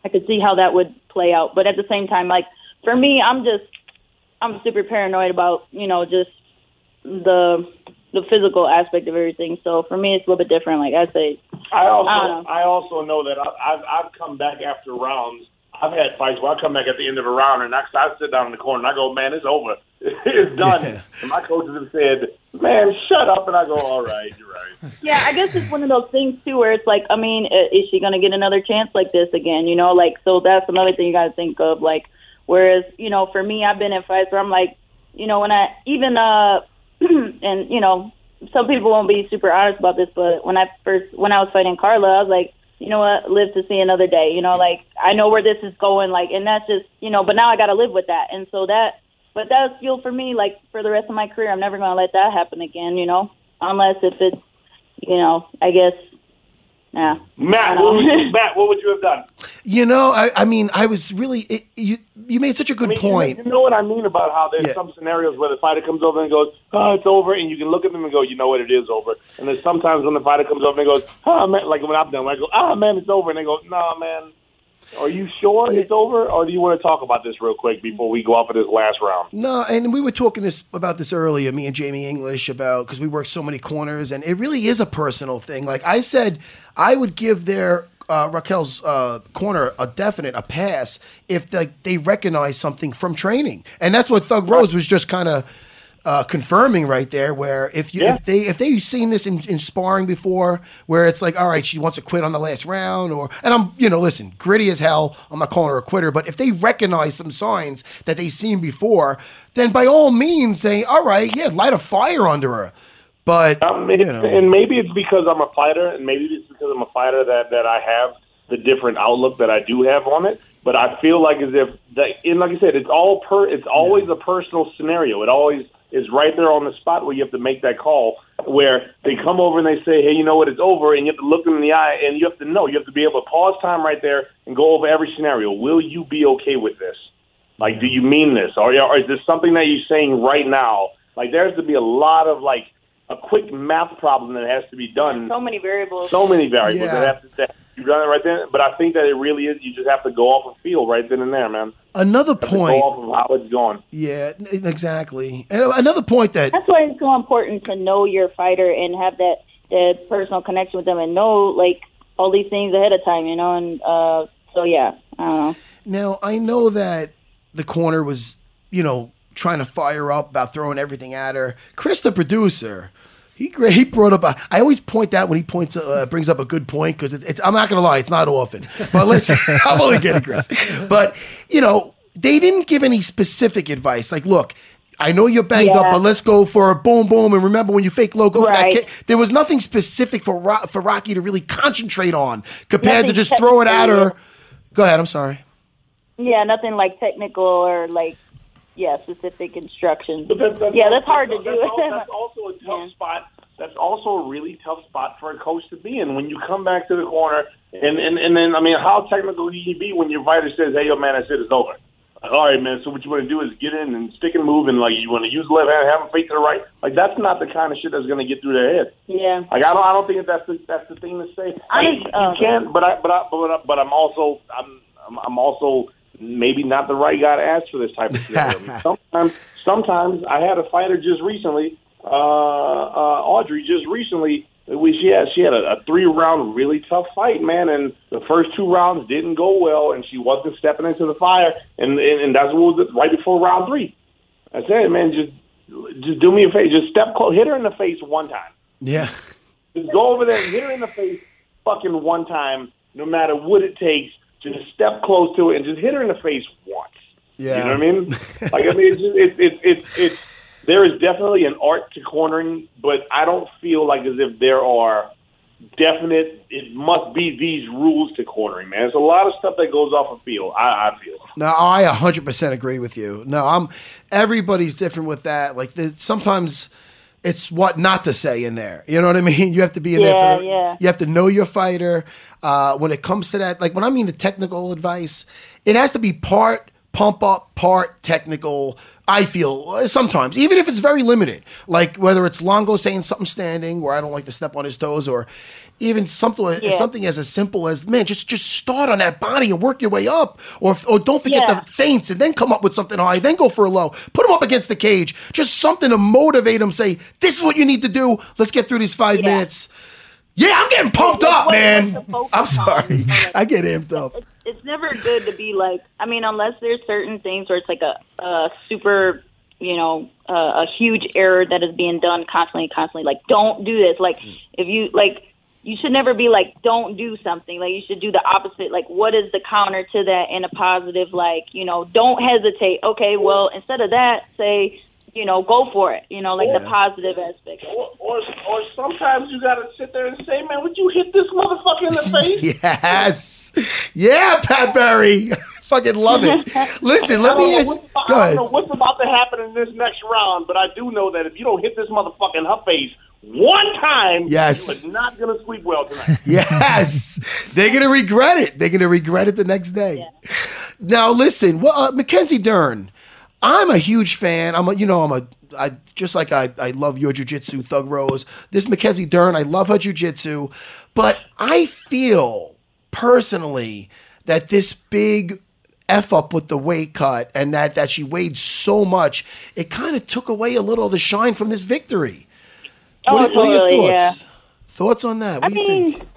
I could see how that would play out. But at the same time, like for me, I'm just I'm super paranoid about you know just the the physical aspect of everything. So for me, it's a little bit different. Like I say,
I also
I don't
I, also know that I, I've I've come back after rounds. I've had fights where I come back at the end of a round and I, I sit down in the corner and I go, man, it's over, <laughs> it's done. And my coaches have said, man, shut up, and I go, all right, you're right.
yeah, I guess it's one of those things too where it's like, I mean, i- is she gonna get another chance like this again? You know, like so that's another thing you gotta think of. Like, whereas you know, for me, I've been in fights where I'm like, you know, when I even uh, <clears throat> and you know, some people won't be super honest about this, but when I first when I was fighting Carla, I was like, you know what, live to see another day. You know, like I know where this is going, like, and that's just you know, but now I got to live with that, and so that, but that's fuel for me, like for the rest of my career. I'm never gonna let that happen again, you know, unless if it's, you know, I guess, yeah.
Matt, what
<laughs>
would you, Matt, what would you have done?
You know, I, I mean, I was really it, you. You made such a good
I mean, you know-
point.
You know, what I mean about how there's
Yeah.
some scenarios where the fighter comes over and goes, "Oh, it's over," and you can look at them and go, "You know what? It is over." And there's sometimes when the fighter comes over and goes, "Oh man," like when I've done, when I go, "Oh man, it's over," and they go, "Nah, man." Are you sure it's over, or do you want to talk about this real quick before we go off of this last round?
No, and we were talking this about this earlier, me and Jamie English, about because we work so many corners, and it really is a personal thing. Like I said, I would give their uh, Raquel's uh, corner a definite a pass if like they recognize something from training, and that's what Thug Rose was just kind of uh, confirming right there. Where if you
Yeah.
if they if they've seen this in, in sparring before, where it's like, all right, she wants to quit on the last round, or and I'm you know listen, gritty as hell. I'm not calling her a quitter, but if they recognize some signs that they've seen before, then by all means, say, all right, yeah, light a fire under her. But
Um,
you
it's-
know,
and maybe it's because I'm a fighter, and maybe it's because I'm a fighter that that I have the different outlook that I do have on it. But I feel like as if that, and like I said, it's all per. It's always a personal scenario. It always is right there on the spot where you have to make that call. Where they come over and they say, "Hey, you know what? It's over," and you have to look them in the eye, and you have to know. You have to be able to pause time right there and go over every scenario. Will you be okay with this? Like, do you mean this? Or, or is this something that you're saying right now? Like, there has to be a lot of like a quick math problem that has to be done.
So many variables.
So many variables
Yeah.
that have to that, You've done it right then. But I think that it really is. You just have to go off the field right then and there, man.
Another
Have to go
point.
off of how it's going.
Yeah, n- exactly. And another point that
That's why it's so important to know your fighter and have that that personal connection with them and know like all these things ahead of time, you know. And uh, so yeah, I don't know.
Now I know that the corner was, you know, trying to fire up about throwing everything at her. Chris, the producer, he gra- he brought up. A, I always point that when he points uh, brings up a good point because it, it's. I'm not gonna lie, it's not often. But listen, <laughs> I'm only kidding, Chris. But you know, they didn't give any specific advice. Like, look. I know you're banged
Yeah.
up, but let's go for a boom, boom. And remember, when you fake logo for that
Right.
kick, there was nothing specific for Ro- for Rocky to really concentrate on compared to
Nothing
just throw it at her.
technical.
Go ahead. I'm sorry.
Yeah, nothing like technical or like yeah specific instructions.
that's-
yeah, that's hard to
that's
do. <laughs>
al- that's also a tough spot. That's also a really tough spot for a coach to be in when you come back to the corner. And and, and then I mean, how technical can you be when your fighter says, "Hey, yo, man, that's it, it's over." Like, All right, man. So what you want to do is get in and stick and move, and like you want to use the left hand, have them fake to the right. Like that's not the kind of shit that's going to get through their head.
yeah.
Like I don't, I don't think that that's the, that's the thing to say.
I
Like,
think,
you
um,
can, but I, but I, but I, but I'm also, I'm, I'm, I'm also maybe not the right guy to ask for this type of scenario. sometimes, sometimes I had a fighter just recently, uh, uh, Audrey just recently. We she had she had a, a three round really tough fight, man, and the first two rounds didn't go well, and she wasn't stepping into the fire, and and, and that's what was right before round three. I said, man, just just do me a favor, just step close, hit her in the face one time.
Yeah.
Just go over there and hit her in the face fucking one time, no matter what it takes. Just step close to it and just hit her in the face once.
Yeah.
You know what I mean? Like, I mean, it's, just, it, it, it, it's, there is definitely an art to cornering, but I don't feel like as if there are definite, it must be these rules to cornering, man. It's a lot of stuff that goes off a field, I, I feel.
No, I 100% agree with you. No, I'm everybody's different with that. Like the, sometimes it's what not to say in there. You know what I mean? <laughs> You have to be in there
Yeah,
for the,
yeah.
you have to know your fighter. Uh, when it comes to that, like when I mean the technical advice, it has to be part pump up, part technical. I feel uh, sometimes, even if it's very limited, like whether it's Longo saying something standing where I don't like to step on his toes, or even something
Yeah.
something as as simple as man, just just start on that body and work your way up, or or don't forget the feints and then come up with something high, then go for a low, put him up against the cage, just something to motivate him. Say this is what you need to do. Let's get through these five minutes. Yeah, I'm getting pumped up, man. I'm sorry. I get amped up.
it's never good to be like i mean unless there's certain things where it's like a, a super you know uh, a huge error that is being done constantly constantly like don't do this like if you like you should never be like don't do something like you should do the opposite like what is the counter to that in a positive like you know don't hesitate okay well instead of that say you know go for it you know like the
Yeah.
positive aspect
Or, or, or sometimes you gotta sit there and say, man, would you hit this motherfucker in the face?
Yes, yeah, Pat Barry. <laughs> Fucking love it. Listen,
I
let
don't
me
Oh,
know
ask.
what's- I
Go
don't
ahead.
know what's about to happen in this next round, but I do know that if you don't hit this motherfucker in her face one time,
Yes.
you are not going to sleep well tonight.
yes, they're gonna regret it. They're gonna regret it the next day. Now, listen, well, uh, Mackenzie Dern, I'm a huge fan. I'm, a, you know, I'm a, I just like I, I love your jujitsu, Thug Rose. This Mackenzie Dern, I love her jujitsu, but I feel personally that this big f up with the weight cut and that that she weighed so much, it kind of took away a little of the shine from this victory. <laughs>
Oh,
what, are- what are
totally,
your
yeah.
thoughts? Thoughts on that?
I
What do you think?
mean,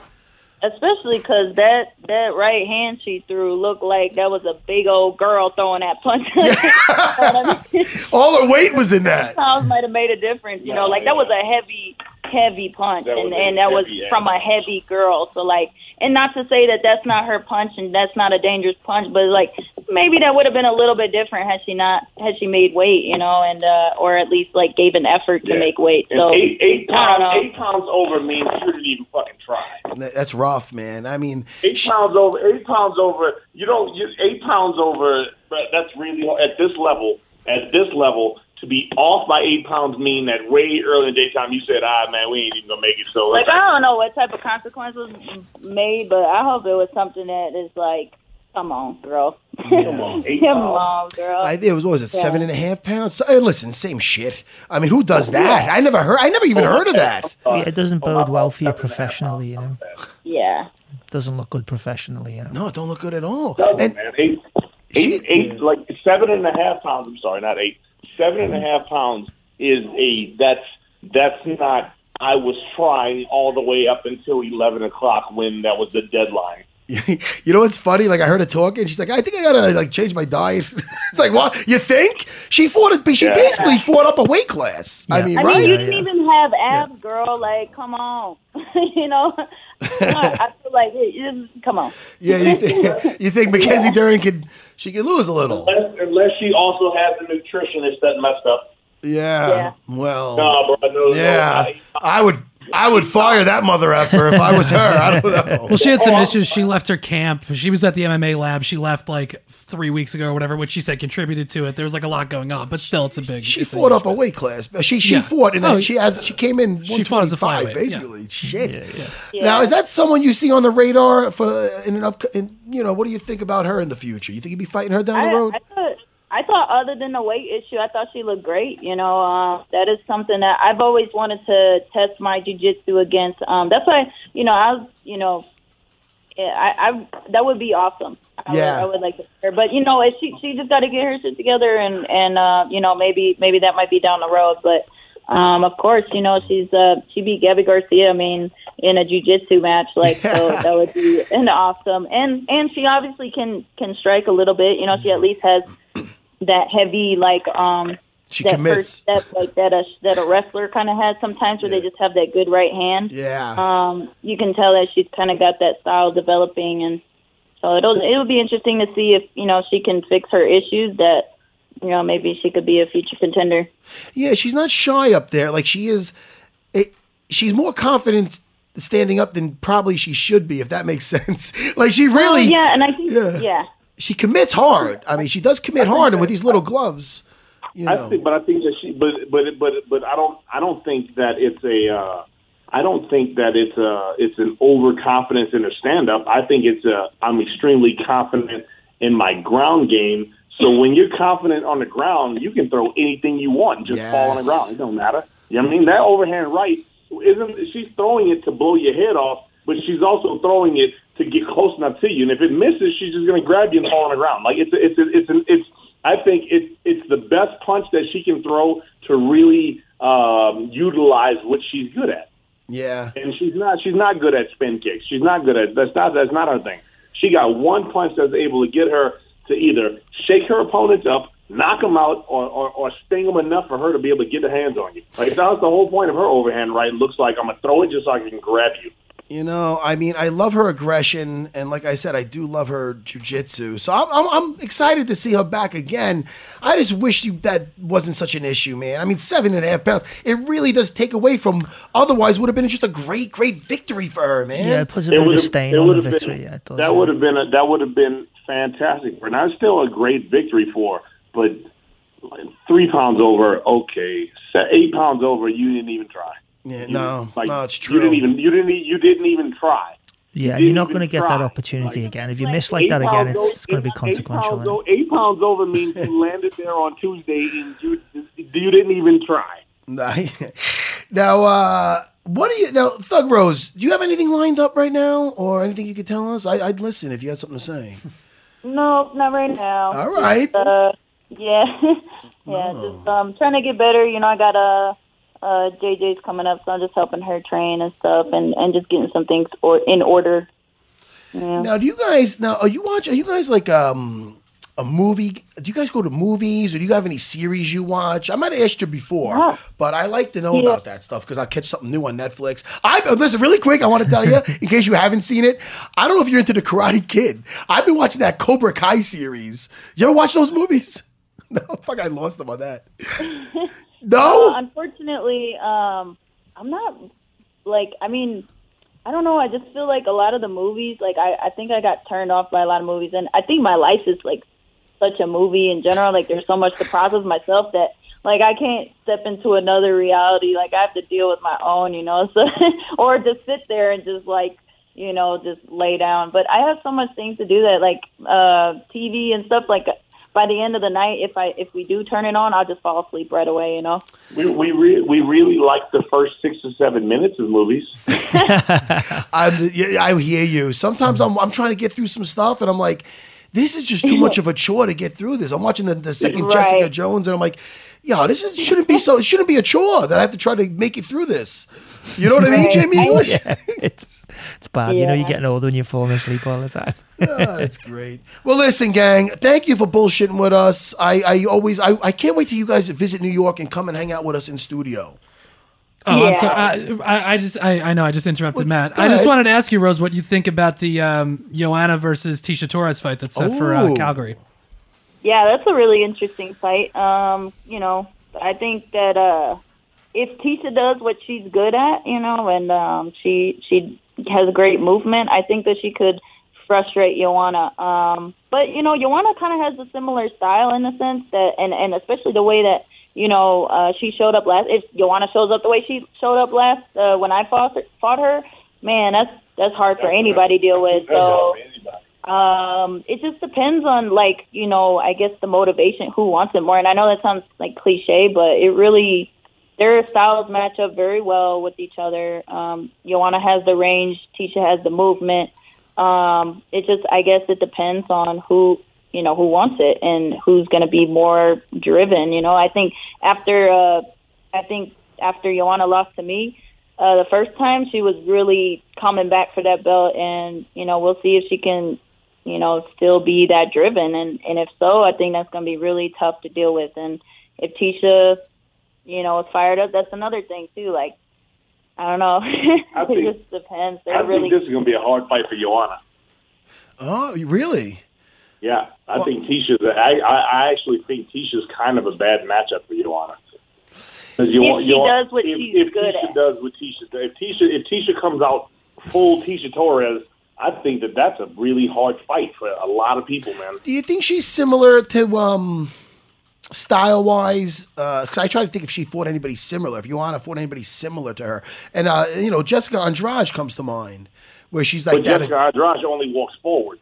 especially 'cause that that right hand she threw looked like that was a big old girl throwing that punch. <laughs>
<laughs> All her weight was in that.
Pounds might have made a difference, you
No,
know. Like that was a heavy, heavy punch,
That
and
was a
and that was
heavy ass.
from a heavy girl. So like, and not to say that that's not her punch and that's not a dangerous punch, but like maybe that would have been a little bit different had she not had she made weight, you know, and uh or at least like gave an effort to
Yeah.
make weight.
And
So
eight, eight,
I don't
pounds,
know.
eight pounds over means you didn't even fucking try.
<laughs> Th- That's rough, man. I mean,
Eight pounds over, eight pounds over, you don't, you, eight pounds over, but that's really, at this level, at this level, to be off by eight pounds mean that way early in the daytime you said, ah, man, we ain't even going to make it. So
Like I don't know what type of consequences made, but I hope it was something that is like, come on, girl,
Come
<laughs> come
on.
on, girl.
I, it was what was it
Yeah.
seven and a half pounds? So, hey, listen, same shit. I mean, who does that? I never heard. I never even heard of that. oh,
Yeah, it doesn't bode well for you professionally, you know.
Yeah.
doesn't look good professionally. You know?
No, it don't look good at all.
Doesn't, man. Eight, eight, eight, like seven and a half pounds. I'm sorry, not eight. Seven and a half pounds is a that's that's not. I was trying all the way up until eleven o'clock when that was the deadline.
<laughs> You know what's funny? Like I heard her talking. She's like, I think I gotta like change my diet. <laughs> it's like, what? You think she fought it? She
Yeah.
basically fought up a weight class. I mean,
I
right?
mean, you didn't even have abs, girl. Like, come on. <laughs> you know, <laughs> Come on, I feel like it, it- come on.
Yeah, you think, <laughs> you think Mackenzie Dern could she could lose a little?
Unless, unless she also has a nutritionist that messed up.
Yeah.
Yeah.
Well.
Nah, bro, no, no,
yeah. I would. I would fire that mother effer if I was her. I don't know.
Well, she had
Oh,
some issues. She left her camp. She was at the MMA lab. She left like three weeks ago or whatever, which she said contributed to it. There was like a lot going on, but still, it's a big.
<laughs> She fought up a weight class. but She she
Yeah.
fought and
Oh,
she has she came in.
She fought as a
125,
flyweight,
basically. Shit.
Yeah.
Now is that someone you see on the radar for in an up? In, you know, what do you think about her in the future? You think you'd be fighting her down
I,
the road?
I thought, I thought, other than the weight issue, I thought she looked great. You know, uh, that is something that I've always wanted to test my jujitsu against. Um, that's why, you know, I was, you know, yeah, I, I that would be awesome. I
Yeah.
would, I would like to see her, but you know, if she she just got to get her shit together, and and uh, you know, maybe maybe that might be down the road, but. Um, of course, you know she's uh, she beat Gabby Garcia. I mean, in a jujitsu match, like so that would be an awesome. And and she obviously can can strike a little bit. You know, she at least has that heavy like um
She
that
commits.
first step like that a that a wrestler kind of has sometimes where they just have that good right hand.
Yeah.
Um, you can tell that she's kind of got that style developing, and so it'll it'll be interesting to see if you know she can fix her issues that. You know, maybe she could be a future contender.
Yeah, she's not shy up there. Like she is, it, she's more confident standing up than probably she should be, if that makes <laughs> sense. like she really,
Oh, yeah, and I think
yeah.
yeah.
she commits hard. I mean, she does commit hard, and with these little gloves, you
I
know.
think, but I think that she, but but but but I don't, I don't think that it's a, uh, I don't think that it's a, it's an overconfidence in her stand up. I think it's a, I'm extremely confident in my ground game. So when you're confident on the ground, you can throw anything you want, and just fall on the
Yes.
ground. It don't matter. You know what I mean that overhand right isn't she's throwing it to blow your head off, but she's also throwing it to get close enough to you. And if it misses, she's just going to grab you and fall on the ground. Like it's a, it's a, it's an, it's I think it, it's the best punch that she can throw to really um, utilize what she's good at.
Yeah.
And she's not she's not good at spin kicks. She's not good at that's not that's not her thing. She got one punch that's able to get her to either shake her opponents up, knock them out, or, or, or sting them enough for her to be able to get her hands on you. Like that was the whole point of her overhand right. Looks like I'm gonna throw it just so I can grab you.
You know, I mean, I love her aggression, and like I said, I do love her jujitsu. So I'm, I'm, I'm excited to see her back again. I just wish you, that wasn't such an issue, man. I mean, seven and a half pounds, it really does take away from. Otherwise, would have been just a great, great victory for her, man.
Yeah, it puts a
It
bit of a
would've-
stain
it
on the
would've been-
victory. I thought
That would have been a, that would have been fantastic, and that's still a great victory for. her. But three pounds over, okay. Se- Eight pounds over, you didn't even try.
Yeah, no, no, it's true.
You didn't even you didn't e- you didn't even try.
Yeah,
You
you're not
didn't
going to
even
get that
try.
opportunity again. If you miss like that
Eight
again,
pounds
it's,
o-
going to be
eight- Eight
consequential.
pounds, o- eight pounds
<laughs>
over means you landed there on Tuesday and you you didn't even try.
<laughs> now, uh, what do you now, Thug Rose? Do you have anything lined up right now, or anything you could tell us? I, I'd listen if you had something to say.
No, not right now.
All right.
Just, uh, yeah, <laughs> yeah. Just um, trying to get better. You know, I got a. Uh, JJ's coming up, so I'm just helping her train and stuff, and and just getting some things or in order. Yeah.
Now, do you guys now are you watch? Are you guys like um a movie? Do you guys go to movies, or do you have any series you watch? I might have asked you before, but I like to know
Yeah.
about that stuff because I catch something new on Netflix. I uh, listen really quick. I want to tell you in case you haven't seen it. I don't know if you're into the Karate Kid. I've been watching that Cobra Kai series. You ever watch those movies? <laughs> No, fuck, I lost them on that. No?
Uh, unfortunately, um, I'm not like I mean, I don't know. I just feel like a lot of the movies, like I, I think I got turned off by a lot of movies, and I think my life is like such a movie in general. Like there's so much to process myself that like I can't step into another reality. Like I have to deal with my own, you know. <laughs> So or just sit there and just like you know just lay down. But I have so much things to do that like uh, TV and stuff like. by the end of the night, if I if we do turn it on, I'll just fall asleep right away. You know.
We we re- we really like the first six or seven minutes of movies.
I'm, the- yeah, I hear you. Sometimes I'm, I'm trying to get through some stuff, and I'm like, this is just too much of a chore to get through this. I'm watching the, the second
Right.
Jessica Jones, and I'm like, yo, this is, shouldn't be so. It shouldn't be a chore that I have to try to make it through this. You know what I mean,
Right.
Jamie
I-
<laughs>
English?
Yeah.
it's it's bad. You know, you're
Yeah.
getting older and you're falling asleep all the time.
Ah, that's great. Well, listen, gang. Thank you for bullshitting with us. I, I always, I, I can't wait till you guys visit New York and come and hang out with us in studio.
Oh,
Yeah.
I'm sorry. I, I, I just, I, I know I just interrupted Matt.
go
I just
ahead.
wanted to ask you, Rose, what you think about the um, Joanna versus Tisha Torres fight that's set for uh,
Ooh.
Calgary.
Yeah, that's a really interesting fight. Um, you know, I think that uh if Tisha does what she's good at, you know, and um she she has great movement, I think that she could frustrate Joanna. Um but you know, Joanna kinda has a similar style in a sense that and, and especially the way that, you know, uh she showed up last if Joanna shows up the way she showed up last uh when I fought fought her, man, that's that's hard for anybody to deal with. So um, it just depends on like you know, I guess the motivation, who wants it more. And I know that sounds like cliche, but it really their styles match up very well with each other. Um, Joanna has the range, Tisha has the movement. Um, it just I guess it depends on who you know who wants it and who's going to be more driven. You know, I think after uh, I think after Joanna lost to me, uh, the first time she was really coming back for that belt and you know we'll see if she can you know still be that driven and and if so i think that's going to be really tough to deal with and if tisha you know is fired up that's another thing too like i don't know <laughs>
I
it
think-
just depends
I
they're really
think this is going to be a hard fight for Joanna.
Oh, really?
Yeah, I think Tisha's. I, I I actually think Tisha's kind of a bad matchup for Joanna. 'Cause
If
Joanna-
she
Joanna-
does what
if,
she's
if
good
Tisha
at.
does what Tisha if Tisha if Tisha comes out full Tisha Torres, I think that that's a really hard fight for a lot of people, man.
Do you think she's similar to um style wise? Because I try to think if she fought anybody similar, if Joanna fought anybody similar to her, and uh, you know Jessica Andrade comes to mind, where she's like
but
that.
Jessica Andrade only walks forward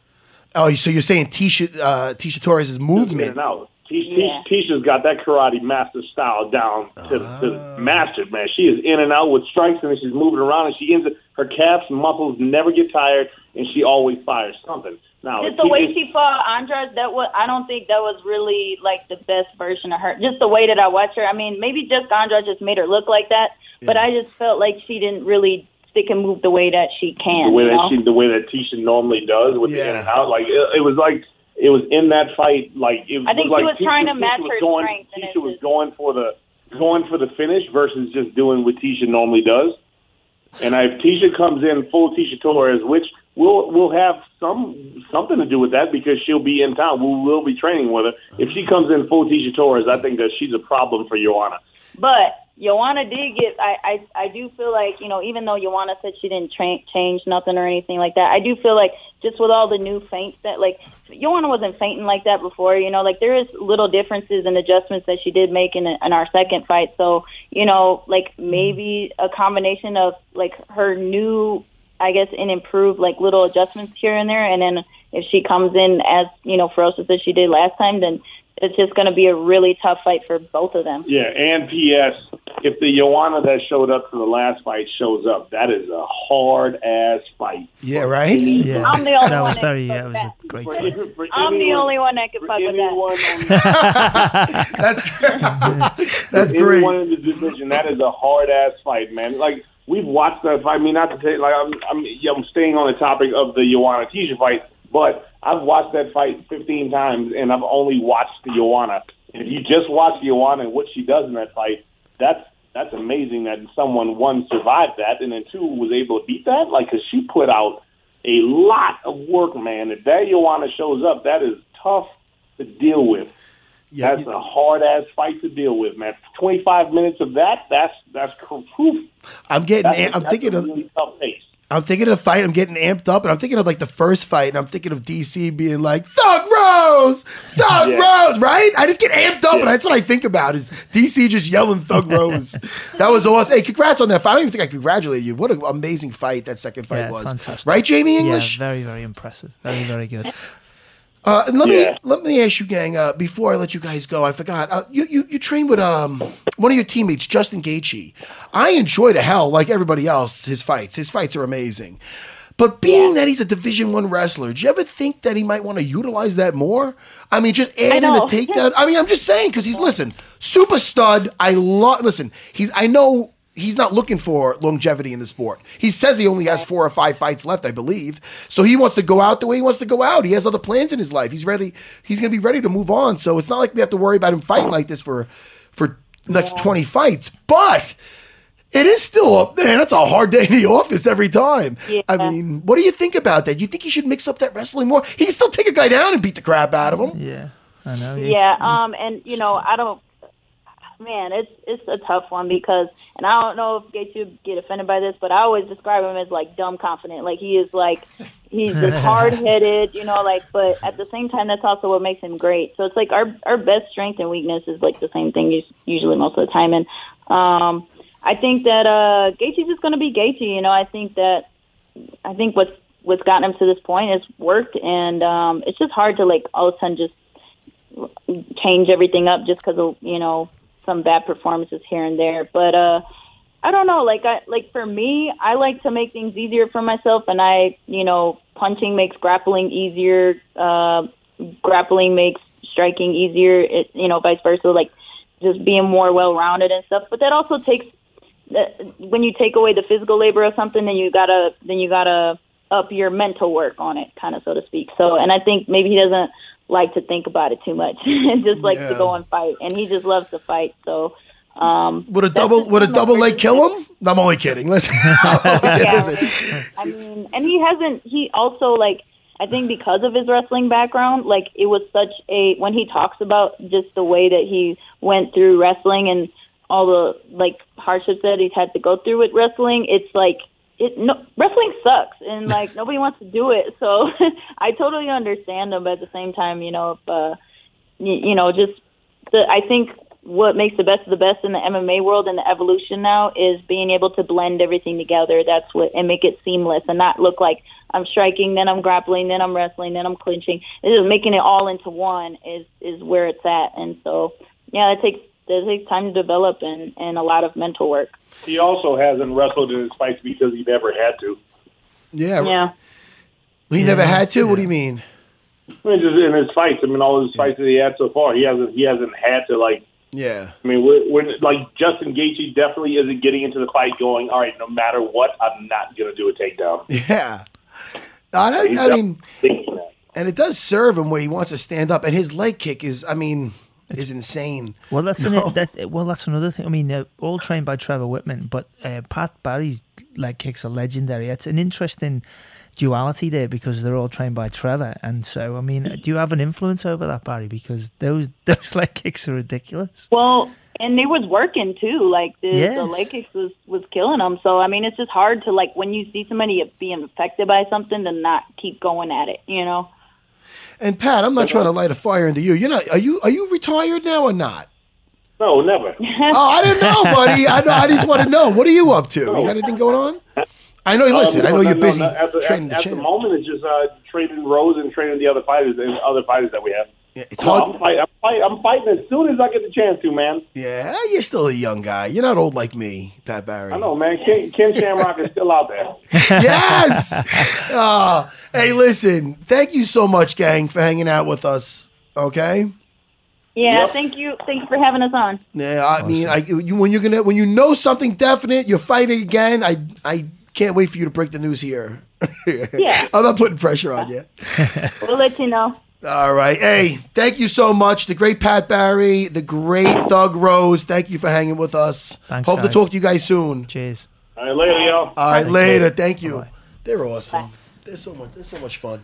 oh, so you're saying Tisha uh, Tisha Torres's
in
movement?
and out. Tisha, Tisha, has got that karate master style down to, to master, man. She is in and out with strikes, and then she's moving around, and she ends up, her calves and muscles never get tired, and she always fires something. Now,
just
if
the way
Tisha-
she fought Andres, that was I don't think that was really like the best version of her. Just the way that I watched her. I mean, maybe just Andres just made her look like that, but I just felt like she didn't really stick and move the way that she can.
the way
you know?
that she, the way that Tisha normally does with the in and out. Like it, it was like it was in that fight. Like it
I think
was like
she was
Tisha-
trying to
Tisha
match
was
her
going,
strength, and
Tisha was going for the going for the finish versus just doing what Tisha normally does. And if Tisha comes in full Tisha Torres, which we'll we'll have some something to do with that because she'll be in town. We will be training with her. If she comes in full Tisha Torres, I think that she's a problem for Joanna.
But Joanna did get. I, I I do feel like you know, even though Joanna said she didn't tra- change nothing or anything like that, I do feel like just with all the new feints that like Joanna wasn't fainting like that before. You know, like there is little differences and adjustments that she did make in in our second fight. So you know, like maybe a combination of like her new, I guess, and improved like little adjustments here and there, and then if she comes in as you know ferocious as she did last time, then it's just going to be a really tough fight for both of them.
Yeah, and P.S. If the Joanna that showed up to the last fight shows up, that is a hard ass fight.
Yeah, right.
<laughs> Yeah,
I'm the only one
that was
that
very. Yeah, it was a great
For
fight.
any- for I'm the
anyone-
only one that could fuck with <laughs>
that. That's
great. Anyone in the division, that is a hard ass fight, man. Like we've watched that fight. I mean, not to take like I'm, I'm, yeah, I'm staying on the topic of the Joanna Tisha fight, but I've watched that fight 15 times, and I've only watched the Joanna. If you just watch the Joanna and what she does in that fight, that's that's amazing that someone one survived that, and then two was able to beat that. Like, 'cause she put out a lot of work, man. If that Joanna shows up, that is tough to deal with. that's a hard ass fight to deal with, man. Twenty five minutes of that, that's that's cr- whew.
I'm getting.
That's a-
I'm
that's
thinking
a
of.
really tough pace.
I'm thinking of the fight. I'm getting amped up, and I'm thinking of like the first fight, and I'm thinking of DC being like Thug Rose, Thug
Yeah.
Rose, right? I just get amped up, and that's what I think about is DC just yelling Thug Rose. that was awesome. Hey, congrats on that fight. I don't even think I congratulated you. What an amazing fight that second fight
Yeah,
was,
fantastic.
right, Jamie English?
Yeah, very, very impressive. Very, very good.
Uh, and let
Yeah.
me let me ask you, gang. Uh, before I let you guys go, I forgot. Uh, you you you trained with um one of your teammates, Justin Gaethje. I enjoy to hell, like everybody else, his fights. His fights are amazing. But being that he's a Division One wrestler, do you ever think that he might want to utilize that more? I mean, just adding a
know.
takedown. I mean, I'm just saying because he's listen, super stud. I love listen. He's I know he's not looking for longevity in the sport. He says he only has four or five fights left, I believe. So he wants to go out the way he wants to go out. He has other plans in his life. He's ready. He's gonna be ready to move on. So it's not like we have to worry about him fighting like this for for next twenty fights. But it is still a man. That's a hard day in the office every time. I mean, what do you think about that? You think he should mix up that wrestling more? He can still take a guy down and beat the crap out of him.
Yeah, I know.
Yeah, um, and you know, I don't. Man, it's it's a tough one because, and I don't know if Gaethje would get offended by this, but I always describe him as like dumb confident. Like he is like he's just hard headed, you know. Like, but at the same time, that's also what makes him great. So it's like our our best strength and weakness is like the same thing us- usually most of the time. And um, I think that uh, Gaethje's just going to be Gaethje. You know, I think that I think what's what's gotten him to this point is worked, and um, it's just hard to like all of a sudden just change everything up just because of you know some bad performances here and there. But uh, I don't know. Like I like for me, I like to make things easier for myself, and I you know punching makes grappling easier. Uh, grappling makes striking easier. It, you know, vice versa. Like just being more well rounded and stuff. But that also takes that- when you take away the physical labor of something, then you gotta then you gotta up your mental work on it, kind of so to speak. So, and I think maybe he doesn't like to think about it too much <laughs> and just likes to
Yeah.
go and fight. And he just loves to fight. So, um,
Would a double would a double leg kill him? No, I'm only kidding. Listen, <laughs> I'm only kidding. <laughs> Listen.
I mean, and he hasn't. He also like I think because of his wrestling background, like it was such a when he talks about just the way that he went through wrestling and all the like hardships that he's had to go through with wrestling. It's like it no wrestling sucks and like nobody wants to do it. So <laughs> I totally understand him, but at the same time, you know, if, uh, y- you know, just the I think what makes the best of the best in the MMA world and the evolution now is being able to blend everything together. That's what and make it seamless and not look like I'm striking, then I'm grappling, then I'm wrestling, then I'm clinching. It's just making it all into one is is where it's at. And so yeah, that takes that takes time to develop and and a lot of mental work.
He also hasn't wrestled in his fights because he never had to.
Yeah.
Yeah.
He never had to. What do you mean?
I mean, just in his fights, I mean, all his fights that he had so far, he hasn't he hasn't had to like.
Yeah.
I mean, when, when like Justin Gaethje definitely isn't getting into the fight going. All right, no matter what, I'm not going to do
<laughs>
a takedown.
Yeah. I, don't- I mean, and it does serve him when he wants to stand up, and his leg kick is, I mean, is insane.
Well, that's an,
No.
that. Well, that's another thing. I mean, they're all trained by Trevor Whitman, but uh, Pat Barry's leg kicks are legendary. It's an interesting duality there because they're all trained by Trevor, and so I mean, do you have an influence over that, Barry? Because those <laughs> those leg kicks are ridiculous.
Well, and they was working too. Like the, the
Yes.
leg kicks was was killing them. So I mean, it's just hard to like when you see somebody being affected by something to not keep going at it. You know.
And Pat, I'm not trying to light a fire into you. You're not. Are you? Are you retired now or not?
No, never.
<laughs>
oh, I don't know, buddy. I know. I just want to know. What are you up to? You got anything going on? I know.
Um,
Listen, I
no,
know
no,
you're
no,
busy
no. At the,
training
at,
the
at
champ.
moment, it's just uh, training Rose and training the other fighters and other fighters that we have.
Yeah, it's
No,
hard-
I'm, fight, I'm, fight, I'm fighting as soon as I get the chance to, man.
yeah, you're still a young guy. You're not old like me, Pat Barry.
I know, man. Ken, Ken Shamrock is still out there.
yes.
<laughs>
Ah, hey, listen. Thank you so much, gang, for hanging out with us. Okay.
Yeah.
Yep.
Thank you. Thank you for having us on.
Yeah, I mean, I, you, when you're gonna when you know something definite, you're fighting again. I I can't wait for you to break the news here. <laughs>
Yeah.
I'm not putting pressure on you.
We'll let you know.
All right, hey, thank you so much, the great Pat Barry, the great Thug Rose. Thank you for hanging with us.
Thanks,
Hope to
guys.
talk to you guys soon.
Cheers.
All right, later, y'all.
All right, later. Thank you. They're awesome. They're so much. They're so much fun.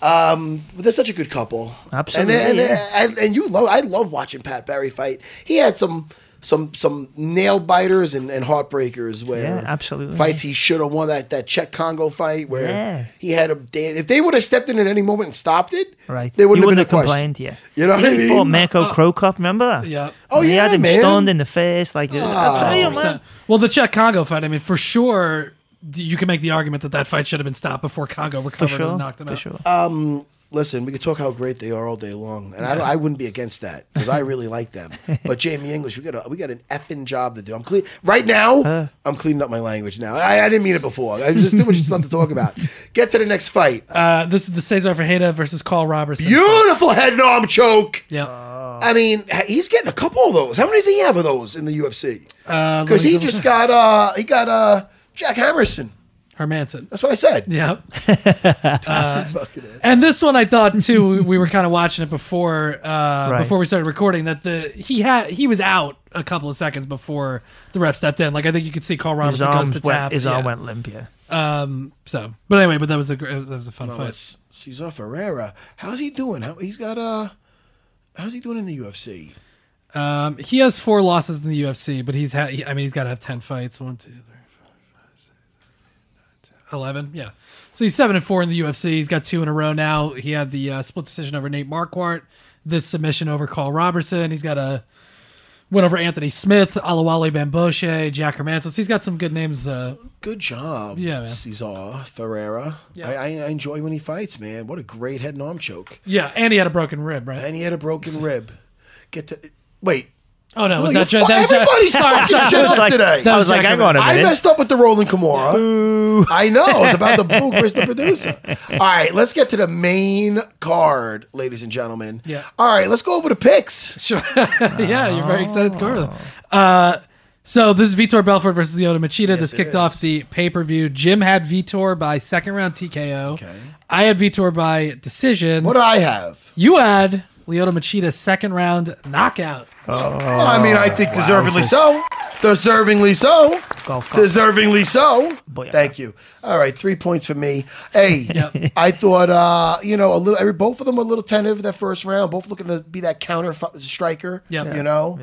Um, but they're such a good couple.
Absolutely,
And they- and,
yeah.
they- and, and you love. I love watching Pat Barry fight. He had some some some nail biters and, and heartbreakers where
Yeah, absolutely.
fights he should have won that that Czech Congo fight where
Yeah.
he had him dan- If they would have stepped in at any moment and stopped it,
Right.
There wouldn't
You
have been a question.
complained. Yeah.
You know what I
He
mean?
fought Mirko Krokop. Remember that?
Yeah.
Oh,
he
yeah,
had him
man.
stunned in the face. Like
That's
I tell you,
100%.
man.
Well, the Czech Congo fight. I mean, for sure, d- you can make the argument that that fight should have been stopped before Congo recovered
sure,
and knocked him
for
out.
sure.
Um, listen, we could talk how great they are all day long, and I, don't, I wouldn't be against that because I really like
<laughs>
them. But Jamie English, we got a, we got an effing job to do. I'm clean right now. I'm cleaning up my language now. I, I didn't mean it before. I just too much stuff to talk
<laughs>
about. Get to the next fight.
Uh, this is the Cesar Fajeda versus Carl Robertson.
Beautiful head and arm choke.
Yep.
I mean, h- he's getting a couple of those. How many does he have of those in the UFC?
Uh,
Because
let me
he
double
just
check.
got uh he got uh Jack Hammerson.
Hermanson.
That's what I said.
Yep. Uh, and this one I thought too. we-
<laughs>
We were kind of watching it before uh, before we started recording that the he had he was out a couple of seconds before the ref stepped in. Like I think you could see Carl
His
Robertson goes
arms
to
went,
tap.
his arm
yeah.
went limp. Yeah.
Um. So, but anyway, but that was a gr- that was a fun
No,
fight.
it's Cesar Ferreira. How's he doing? How, he's got uh how's he doing in the UFC?
Um. He has four losses in the UFC, but he's had. He, I mean, he's got to have ten fights. One, two, three, four, five, six, seven, eight, nine, ten. eleven. Yeah. So he's seven and four in the UFC. He's got two in a row now. He had the uh, split decision over Nate Marquardt. This submission over Carl Robertson. He's got a win over Anthony Smith, Alawale Bamboshe, Jack Hermanson. So he's got some good names. Uh,
Good job.
Yeah, man.
Cesar Ferreira.
Yeah.
I, I I enjoy when he fights, man. What a great head and arm choke.
yeah, and he had a broken rib, right?
And he had a broken rib. Get to wait.
Oh no,
Oh,
was
you're
that, Jack-
fu-
that was Jack- <laughs>
everybody's fucking
that
shit
was
up
like-
today.
that was Jack Hermanson.
I messed up with the Rolling Kimura. I know. It's about the boo, Chris the
<laughs>
producer. All right, let's get to the main card, ladies and gentlemen.
Yeah.
All right, let's go over the picks.
Sure. <laughs> yeah, you're very excited to go over them. Uh, so this is Vitor Belfort versus Lyoto Machida. this
Oh. it
kicked off the pay per view. Jim had Vitor by second round TKO. I had Vitor by decision.
What do I have?
You had Lyoto Machida second round knockout.
Well, I mean, I think deservedly so. Deservingly so. Deservingly so. Thank you. All right, three points for me. Hey, <laughs> I thought uh, you know a little. I mean, both of them were a little tentative that first round. Both looking to be that counter fu- striker.
Yep.
you know.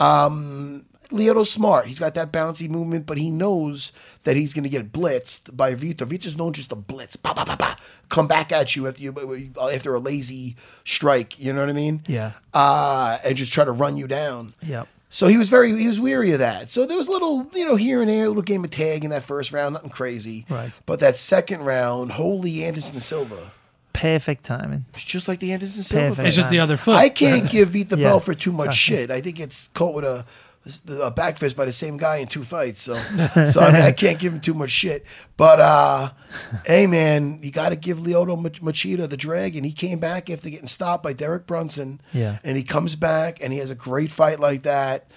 Um, Leo's smart. He's got that bouncy movement, but he knows that he's going to get blitzed by Vitor. Vitor's known just to blitz, bah, bah, bah, bah, come back at you after you uh, after a lazy strike. You know what I mean?
Yeah.
Uh, and just try to run you down.
Yep.
So he was very he was weary of that. So there was little you know here and there, a little game of tag in that first round, nothing crazy.
Right.
But that second round, holy Anderson Silva.
Perfect timing.
It's just like the Anderson Silva.
Perfect.
fight.
It's just the other foot.
I
<laughs>
can't give Vita
Yeah.
Belfort too much
Exactly.
shit. I think it's caught with a, a back fist by the same guy in two fights.
<laughs>
So, so I, mean, I can't give him too much shit. But uh, hey, man, you got to give Leoto Mach- Machida the dragon. He came back after getting stopped by Derek Brunson.
Yeah.
And he comes back and he has a great fight like that.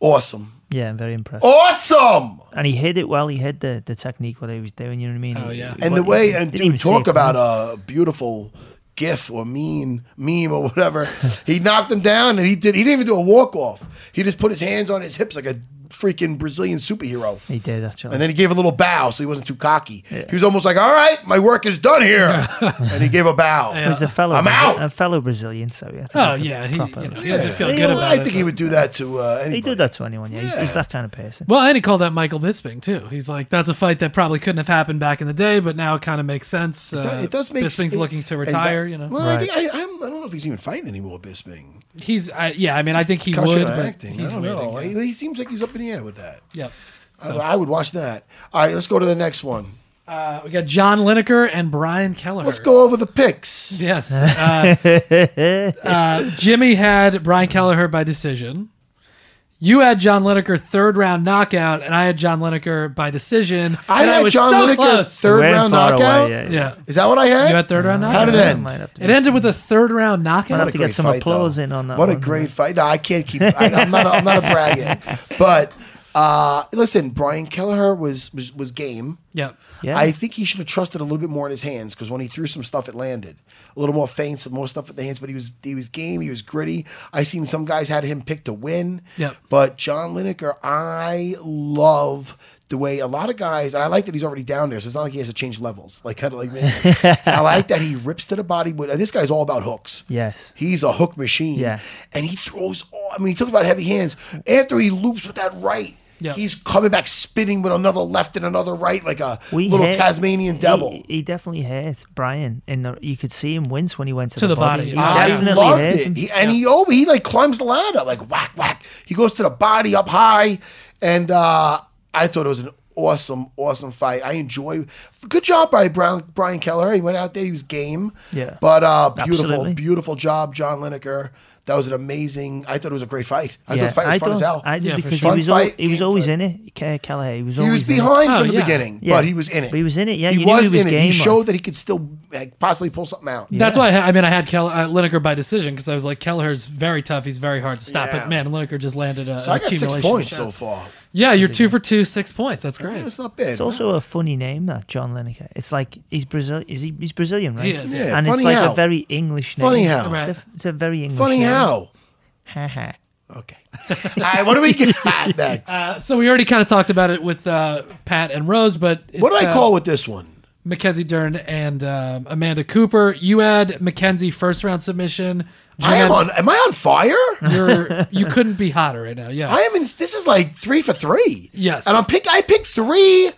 Awesome.
Yeah, I'm very impressed.
Awesome.
And he hid it well. He hid the, the technique what he was doing. You know what I mean?
Oh,
He-
yeah.
he-
and the
he-
way
he
and
didn't
dude
even see
talk
it
about
coming.
a beautiful gif or mean meme or whatever he knocked him down and he did he didn't even do a walk off he just put his hands on his hips like a freaking brazilian superhero
He did actually.
and then he gave a little bow so he wasn't too cocky he was almost like all right my work is done here and he gave a bow
He was a fellow.
i'm
Brazil-
out
A fellow Brazilian, so yeah.
Oh, yeah, he- you know, he doesn't feel good about
i
it,
think he
but-
would do that to uh anybody.
He did that to anyone. Yeah, He's, he's
Yeah.
that kind of person.
Well, and he called that Michael Bisping too. He's like, that's a fight that probably couldn't have happened back in the day, but now it kind of makes sense. Uh,
It does- it does make
Bisping's
it-
looking to
and that-
retire. you know,
Well, I, think, I, I'm- I don't know if he's even fighting anymore, Bisping.
he's I, yeah. I mean, I think he
Caution
would.
on
But
acting.
he's
I don't
waiting,
know.
yeah.
He, he seems like he's up in the air with that.
Yep.
I, I would watch that. All right, let's go to the next one.
Uh, we got John Lineker and Brian Keller.
Let's go over the picks.
Yes. Uh, uh, Jimmy had Brian Kelleher by decision. You had John Lineker third round knockout, and I had John Lineker by decision.
I
and
had
was
John
so
Lineker
close.
third Way round far away, knockout? yeah,
Yeah,
yeah. Is that what I had?
You had third round knockout.
How did it end?
It ended with a third round knockout.
I'd have to get some applause in on that.
What a
one.
great fight! No, I can't keep. I, I'm not. I'm not a
<laughs>
bragging. But uh, listen, Brian Kelleher was was was game.
Yep.
I think he should have trusted a little bit more in his hands because when he threw some stuff, it landed a little more feints, some more stuff at the hands. But he was he was game. He was gritty. I seen some guys had him picked to win.
Yep.
But John Lineker, I love the way a lot of guys, and I like that he's already down there, so it's not like he has to change levels. Like kind of like me. I like that he rips to the body. But this guy's all about hooks.
Yes.
He's a hook machine.
Yeah.
And he throws. all- I mean, he talks about heavy hands. After he loops with that right.
Yeah.
He's coming back spinning with another left and another right like a
We
little
hit-
Tasmanian
he-
devil.
He, definitely hit Brian, and the, you could see him wince when he went to,
To the body,
He
yeah.
I
definitely
Ah, loved
hit
it.
him.
He, and he over he like climbs the ladder like whack whack. He goes to the body up high, and uh, I thought it was an awesome awesome fight. I enjoy good job by Brown, Brian Keller. He went out there. He was game.
Yeah.
But uh, beautiful,
Absolutely.
beautiful job, John Lineker. That was an amazing. I thought it was a great fight. I thought the fight was
I
fun
thought,
as hell.
I did because
Fun
he was, al-
fight.
he was always in it. Ke- Kelleher, he was
He was
always in it.
behind from the beginning, but he was in it.
He was in it. Yeah,
he
you knew
was
he was
in it.
game.
He
like-
showed that he could still like, possibly pull something out.
That's why I, ha- I mean I had Kel- uh, Lineker by decision because I was like Kelleher's very tough. He's very hard to stop.
Yeah.
But man, Lineker just landed a
So I got six
accumulation of
points
shots.
so far.
Yeah, you're two for two, six points. That's great.
It's not bad.
It's also a funny name, that John Lineker. It's like he's Brazil. Is he? He's Brazilian, right?
He is, yeah.
And
Funny
it's like
how.
a very English name.
Funny how. Right.
It's a, it's a very English.
Funny
name.
how.
Ha <laughs> ha.
<laughs> All right, what do we got next?
Uh, so we already kind of talked about it with uh, Pat and Rose, but
what
it's,
did I
uh,
call with this one?
Mackenzie Dern and um, Amanda Cooper. You had Mackenzie first round submission.
I am
Jan-
on.
<laughs>
Am I on fire?
You're, you couldn't be hotter right now. Yeah.
I am. In, this is like three for three.
Yes.
And I'm pick. I picked three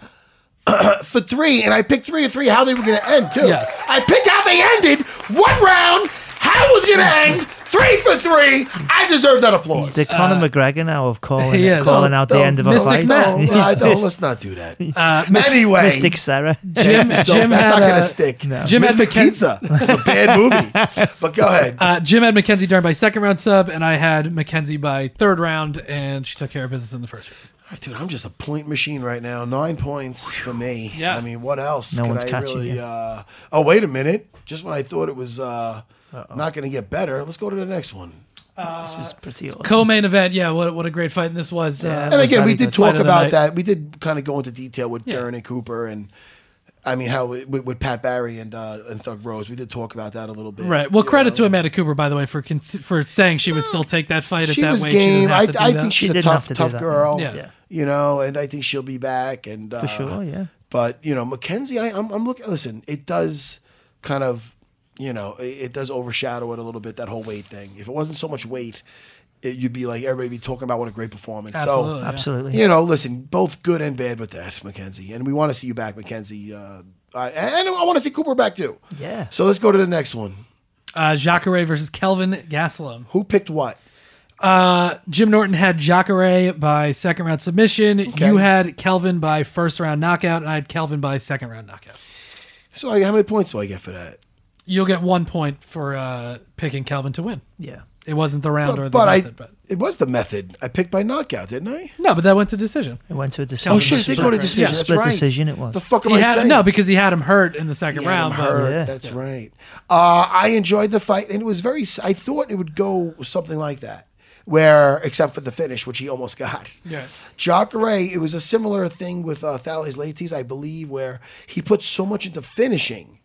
<clears throat> for three, and I picked three or three how they were going to end too.
Yes.
I picked how they ended one round. How it was going to end three for three. I deserve that applause.
The Conor McGregor now
<laughs>
of calling
uh, he is.
calling out the
Don't-
end of a
don't-
fight.
don't-
<laughs> He's
I don't-
just-
let's not do that.
Uh,
anyway,
Mystic Sarah.
Jim-
so
Jim
that's
had,
not going
uh,
to stick.
no. Jim had
Mystic
McKen-
Pizza. <laughs> It's a bad movie. But go ahead.
Uh, Jim had Mackenzie Dern by second round sub, and I had Mackenzie by third round, and she took care of business in the first round.
All right, dude, I'm just a point machine right now. Nine points for me.
Yeah.
I mean, what else
No
could
one's
I
catching
really?
you.
Uh, oh, wait a minute. Just when I thought it was uh, not going to get better, let's go to the next one.
This was pretty awesome.
Co-main event, yeah. What what a great fight! And this was, uh,
and again, we
the
did
fight
talk
of the
about
night.
that. We did kind of go into detail with
Yeah.
Darren and Cooper, and I mean how it- with, with Pat Barry and uh, and Thug Rose. We did talk about that a little bit.
Right. Well,
You
credit
know,
to Amanda Cooper, by the way, for con- for saying she would still take that fight
She
at that
was
weight.
game.
didn't
I,
have to do
I
that.
think she's
She
a
didn't
tough,
have to do
tough
that.
girl.
Yeah. Yeah.
You know, and I think she'll be back. And uh,
For sure, yeah.
But you know, Mackenzie, I, I'm, I'm looking. Listen, it does kind of, you know, it, it does overshadow it a little bit. That whole weight thing. If it wasn't so much weight, it, you'd be like everybody be talking about what a great performance.
Absolutely,
so,
yeah.
Absolutely.
you know, listen, both good and bad with that, Mackenzie, and we want to see you back, Mackenzie. Uh, I, and I want to see Cooper back too.
Yeah.
So let's go to the next one.
Uh, Jacare versus Kelvin Gastelum.
Who picked what?
Uh, Jim Norton had Jacare by second round submission. You had Kelvin by first round knockout, and I had Kelvin by second round knockout.
So I, how many points do I get for that?
You'll get one point for uh, picking Kelvin to win.
Yeah.
It wasn't the round or the
but I,
method, but
it was the method. I picked by knockout, didn't I?
no, but that went to decision.
It went to a decision.
Oh shit, they go to
Split
decision. That's
Split
right.
decision it was.
The fuck am
He
I
had,
saying?
no, because he had him hurt in the second
He had
round.
him
but
hurt.
Yeah.
That's right. Uh, I enjoyed the fight, and it was very. I thought it would go something like that, where except for the finish, which he almost <laughs> got.
Yeah.
Jacare, it was a similar thing with uh, Thales Latis, I believe, where he put so much into finishing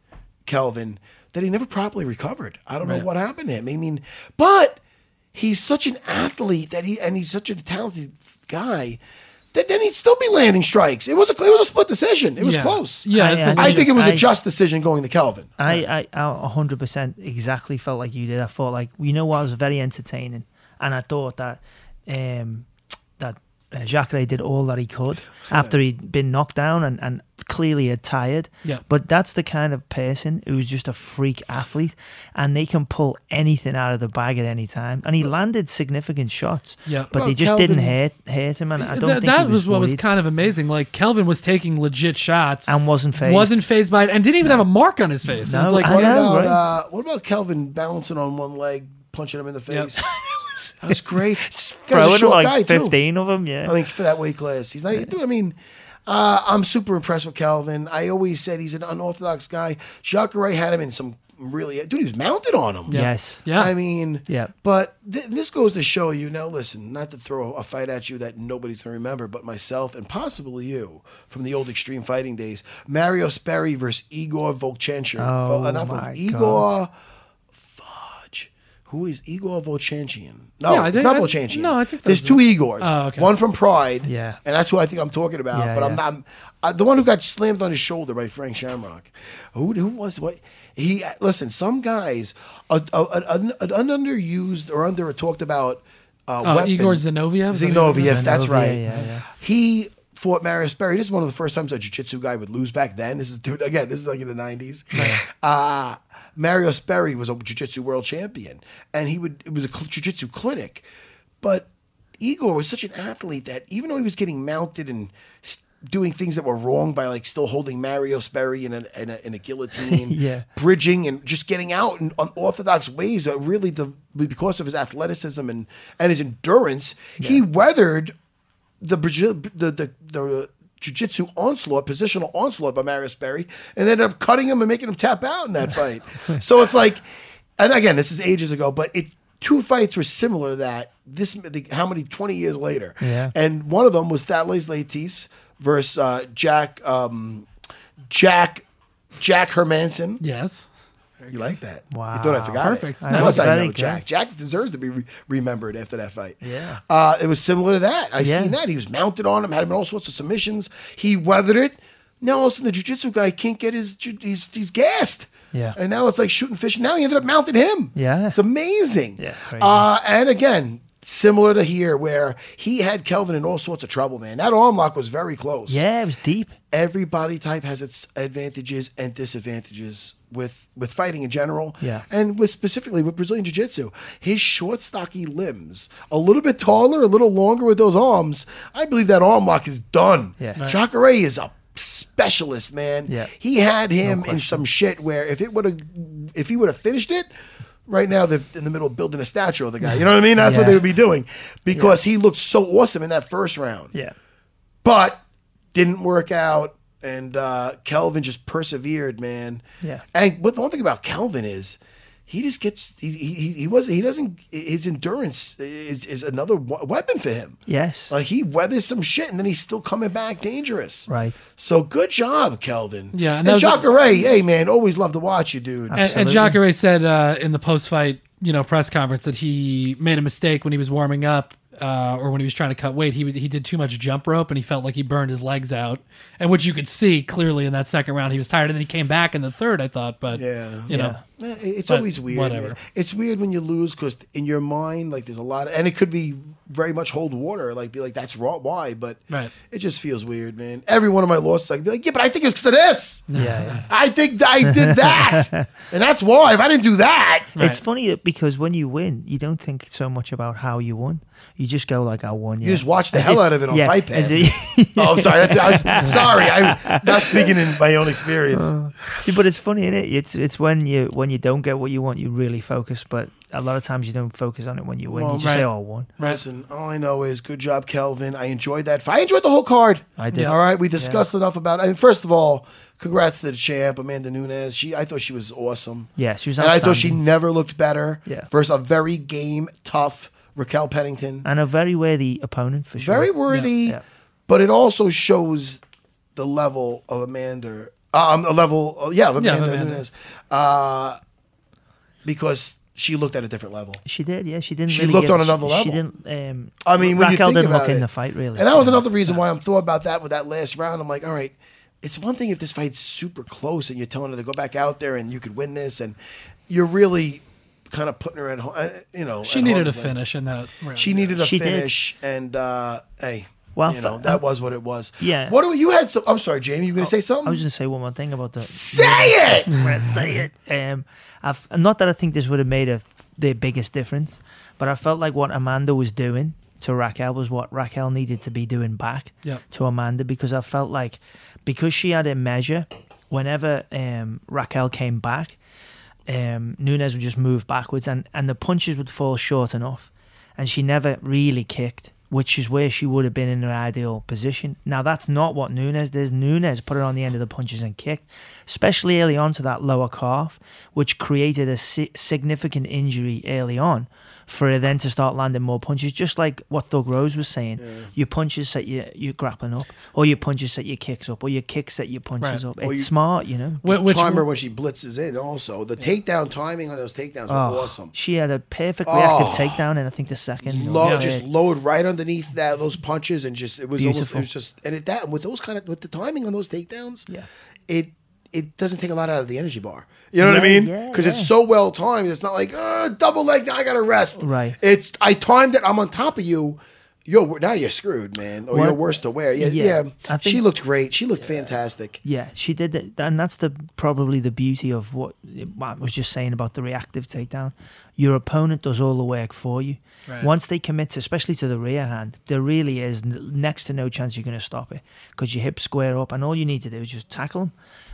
Kelvin that he never properly recovered. I don't know what happened to him. I mean, but he's such an athlete that he and he's such a talented guy that then he'd still be landing strikes. It was a it was a split decision. It was
Yeah.
close.
Yeah,
I-
it's a-
I
I think it was a
I-
just decision going to Kelvin.
I, I, I 100% exactly felt like you did. I thought like, you know what, it was very entertaining. And I thought that, um, that uh, Jacare did all that he could after he'd been knocked down and, and clearly had tired.
Yeah.
But that's the kind of person who's just a freak athlete and they can pull anything out of the bag at any time. And he landed significant shots.
Yeah.
But they
Well,
just didn't
Kelvin-
hurt, hurt him. And I don't
Th-
think
that
he
was, what was
worried
kind of amazing. Like Kelvin was taking legit shots
and wasn't phased.
wasn't phased by it, and didn't even have a mark on his face.
No,
And it's like,
I
What
know,
about
right?
uh, what about Kelvin bouncing on one leg, punching him in the <laughs> face? that was great. Guy's a
throwing
short guy,
like
too.
15 of them. Yeah.
I mean, for that weight class, he's not. Dude, I mean, uh, I'm super impressed with Calvin. I always said he's an unorthodox guy. Jacare had him in some really. Dude, he was mounted on him.
Yes.
Yeah.
I mean,
Yeah.
But th- this goes to show you. Now, listen, not to throw a fight at you that nobody's gonna remember, but myself and possibly you from the old extreme fighting days. Mario Sperry versus Igor Volchencher.
Oh,
uh, not Vol-
my
Igor. Fudge. Who is Igor Volchanchian? No,
Yeah, I
it's
think-
not
I-
Volchanchian.
no, I think
there's
those
two
are-
Igors.
Oh, okay.
One from Pride.
Yeah.
And that's who I think I'm talking about.
Yeah,
but I'm
yeah.
not. I'm, uh, the one who got slammed on his shoulder by Frank Shamrock. Who, who was what? He uh, listen. Some guys, a, a, a- an underused or under talked about. Uh,
Oh,
weapon.
Igor Zinoviev? Is that what his name
Zinoviev,
is?
that's
Zinoviev,
right.
yeah, yeah.
He fought Marius Barry. This is one of the first times a jiu-jitsu guy would lose back then. This is dude again. This is like in the nineties. Uh, Mario Sperry was a jiu-jitsu world champion, and he would it was a cl- jiu-jitsu clinic, but Igor was such an athlete that even though he was getting mounted and s- doing things that were wrong by like still holding Mario Sperry in a, in a, in a guillotine,
Yeah.
bridging and just getting out in unorthodox ways. Uh, really, the because of his athleticism and and his endurance, he weathered the Brazil- the the, the jiu-jitsu onslaught, positional onslaught by Marius Berry, and ended up cutting him and making him tap out in that fight. so it's like, and again, this is ages ago, but it two fights were similar to that. This the, how many twenty years later,
Yeah.
and one of them was Thales Latis versus uh, Jack um, Jack Jack Hermanson.
Yes.
You like that? You thought I
Wow.
forgot
Perfect.
It.
That
Of course
was
I
very
know
good.
Jack. Jack deserves to be re- remembered after that fight.
Yeah.
Uh, it was similar to that. I
Yeah.
seen that. He was mounted on him, had him in all sorts of submissions. He weathered it. Now all of a sudden the jiu-jitsu guy can't get his, ju- he's, he's gassed.
Yeah.
And now it's like shooting fish. Now he ended up mounting him.
Yeah.
It's amazing.
Yeah, crazy.
Uh, and again, similar to here where he had Kelvin in all sorts of trouble, man. That arm lock was very close.
Yeah, it was deep.
Every body type has its advantages and disadvantages with with fighting in general.
Yeah.
And with specifically with Brazilian Jiu Jitsu, his short, stocky limbs, a little bit taller, a little longer with those arms. I believe that arm lock is done.
Yeah. Right.
Jacare is a specialist, man.
Yeah.
He had him in
question.
some shit where if it would have, if he would have finished it, right now they're in the middle of building a statue of the guy. You know what I mean? That's what
Yeah.
they would be doing because he looked so awesome in that first round
Yeah.
but didn't work out. And uh, Kelvin just persevered, man.
Yeah.
And but the one thing about Kelvin is, he just gets he he, he was he doesn't his endurance is is another we- weapon for him.
Yes.
Like he weathers some shit, and then he's still coming back dangerous.
Right.
So good job, Kelvin.
Yeah, and
and,
that was-
Jacare, hey man, always love to watch you, dude.
And, and Jacare said uh, in the post-fight, you know, press conference that he made a mistake when he was warming up uh, or when he was trying to cut weight. He was he did too much jump rope and he felt like he burned his legs out, and which you could see clearly in that second round. He was tired, and then he came back in the third. I thought, but
Yeah.
you know,
Yeah, it- Eh, it's
but
always weird.
Whatever.
man. It's weird when you lose because in your mind, like there's a lot, of, and it could be very much hold water, like be like that's raw, why? But
Right.
it just feels weird, man. Every one of my losses, I could be like, yeah, but I think it's because of this.
Yeah.
I think th- I did
<laughs>
that, and that's why. If I didn't do that,
It's funny that- because when you win, you don't think so much about how you won. You just go like, "I won."
You
yeah."
just watch the
As
hell
if-
out of it on
yeah,
Fight Pass.
as if-
oh, I'm sorry. That's, I was, sorry, I'm not speaking in my own
<laughs>
experience.
Yeah, <laughs> but it's funny, is it? It's it's when you when you don't get what you want, you really focus. But a lot of times you don't focus on it when you win.
Well,
you just
right.
say, "Oh, I won."
Listen, all I know is good job, Kelvin. I enjoyed that fight. I enjoyed the whole card.
I did.
All right, we discussed enough about. I mean, first of all, congrats to the champ, Amanda Nunes. She, I thought she was awesome.
Yeah, she was
and I thought she
outstanding.
never looked better.
Yeah.
versus a very game tough Raquel Pennington.
And a very worthy opponent for sure.
Very worthy,
Yeah.
but it also shows the level of Amanda. Um, a level, uh, yeah, of
Yeah, of
Amanda,
Amanda.
Nunes, uh, because she looked at a different level.
She did. Yeah, she didn't.
She
really
looked
give-
on another
she,
level.
She didn't. Um,
I mean, when you
Raquel
think
didn't
about
look in
it.
the fight really.
And that was
Yeah.
another reason why I'm thought about that with that last round. I'm like, all right, it's one thing if this fight's super close and you're telling her to go back out there and you could win this, and you're really kind of putting her at home. You know,
she
at
needed a
harm's way.
finish in that. Round.
She needed a
She did.
finish, and uh, hey,
Well,
you know
f- um,
that was what it was.
Yeah. Oh,
What do we, you had? Some, I'm sorry, Jamie, you were gonna say something?
I was going to say one more thing about the.
Say it!
<laughs> I'm gonna say it. Um, I've, not that I think this would have made a, the biggest difference, but I felt like what Amanda was doing to Raquel was what Raquel needed to be doing back
Yep.
to Amanda because I felt like because she had a measure, whenever um, Raquel came back, um, Nunez would just move backwards and, and the punches would fall short enough. And she never really kicked, which is where she would have been in her ideal position. Now, that's not what Nunez does. Nunez put it on the end of the punches and kicked, especially early on to that lower calf, which created a si- significant injury early on for her then to start landing more punches, just like what Thug Rose was saying. Your punches set your, your grappling up, or your punches set your kicks up, or your kicks set your punches
Right.
up. It's
Or you-
smart, you know.
Wh- which
timer when she blitzes in. Also, the takedown timing on those takedowns
Oh,
were awesome.
She had a perfect reactive
Oh.
takedown in I think the second. or
Low,
third.
just lowered right underneath that those punches, and just it was almost it
Beautiful.
was just and at that with those kind of with the timing on those takedowns,
Yeah.
it it doesn't take a lot out of the energy bar. You know what I
Yeah,
mean?
yeah,
Because it's
yeah.
so well timed. It's not like uh, double leg. Now I got to rest.
Right.
It's I timed it. I'm on top of you. You're now you're screwed, man. Or
What?
you're worse to wear. Yeah,
Yeah,
yeah.
I think-
she looked great. She looked fantastic.
Yeah, she did it, and that's the probably the beauty of what I was just saying about the reactive takedown. Your opponent does all the work for you.
Right.
Once they commit, especially to the rear hand, there really is n- next to no chance you're going to stop it because your hips square up, and all you need to do is just tackle them.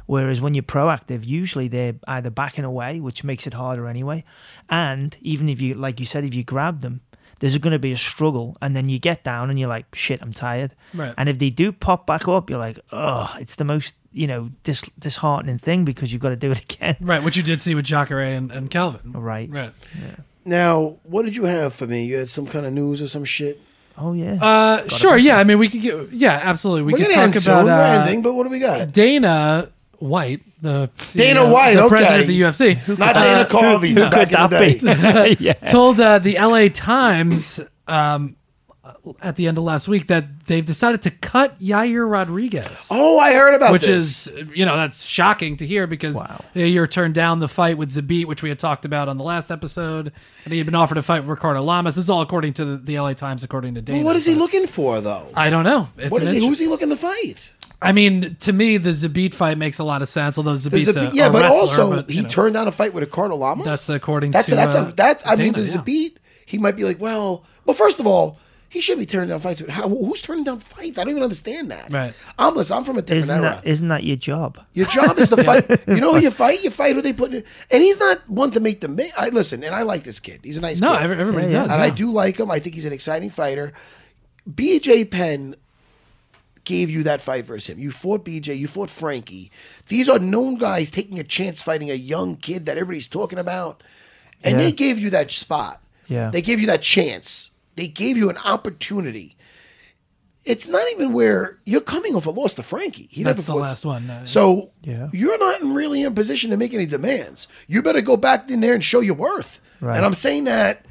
Whereas when you're proactive, usually they're either backing away, which makes it harder anyway, and even if you, like you said, if you grab them, there's going to be a struggle, and then you get down and you're like, shit, I'm tired.
Right.
And if they do pop back up, you're like, oh, it's the most you know dis- disheartening thing because you've got to do it <laughs> again.
Right, which you did see with Jacare and, and Calvin.
Right.
Right.
Now, what did you have for me? You had some kind of news or some shit.
Oh yeah.
Uh, sure. Yeah. I mean, we could get. Yeah, absolutely. We
We're
could
gonna
talk
end soon.
about
We're
uh,
ending, but what do we got?
Dana White, the
Dana
CEO,
White,
the
okay.
president of the UFC,
Who Not could- Dana
uh,
Carvey
who-
from
who
back
could
in the
that
day. <laughs>
be? told uh, the LA Times um, at the end of last week that they've decided to cut Yair Rodriguez.
Oh, I heard about
which
this.
is you know that's shocking to hear because Yair turned down the fight with Zabit, which we had talked about on the last episode, and he had been offered a fight with Ricardo Lamas. This is all according to the, the LA Times, according to Dana.
Well, what is he
but-
looking for though?
I don't know. Uh, It's
What
an
is he,
inter-
who's he looking to fight?
I mean, to me, the Zabit fight makes a lot of sense. Although
Does
Zabit's
it be-
a,
yeah,
a
but
wrestler,
also
but,
he
you know,
turned down a fight with Ricardo Lamas.
that's according
That's
to
a, that's
uh,
a that's I mean
Dana,
there's
yeah.
a beat. He might be like, well, well, first of all, he shouldn't be turning down fights. But how, who's turning down fights? I don't even understand that.
Right.
I'm listen, I'm from a different
Isn't
era.
<laughs>
that, isn't that your job?
Your job is to fight. You know who you fight? You fight who they put in. And he's not one to make the. Ma- I listen, and I like this kid. He's a nice
No,
kid.
every- everybody Yeah, yeah. does,
And I
yeah.
do like him. I think he's an exciting fighter. BJ Penn gave you that fight versus him. You fought BJ. You fought Frankie. These are known guys taking a chance fighting a young kid that everybody's talking about, and
Yeah.
they gave you that spot.
Yeah.
They gave you that chance. They gave you an opportunity. It's not even where you're coming off a loss to Frankie. He
That's
never
the
fought-
last one, uh,
So
yeah.
you're not in- really in a position to make any demands. You better go back in there and show your worth.
Right.
And I'm saying that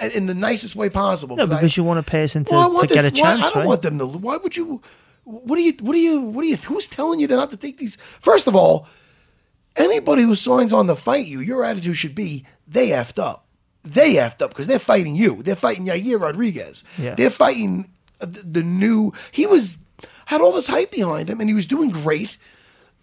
a- in the nicest way possible.
No,
'cause I-
because you want a person to,
well, I
to
want
get
this-
a
why-
chance,
I don't
right?
want them to. lo- Why would you? What do you? What do you? What do you? Who's telling you to not to take these? First of all, anybody who signs on to fight you, your attitude should be they effed up. They effed up because they're fighting you. They're fighting Yair Rodriguez.
Yeah.
They're fighting uh, th- the new. He was had all this hype behind him, and he was doing great.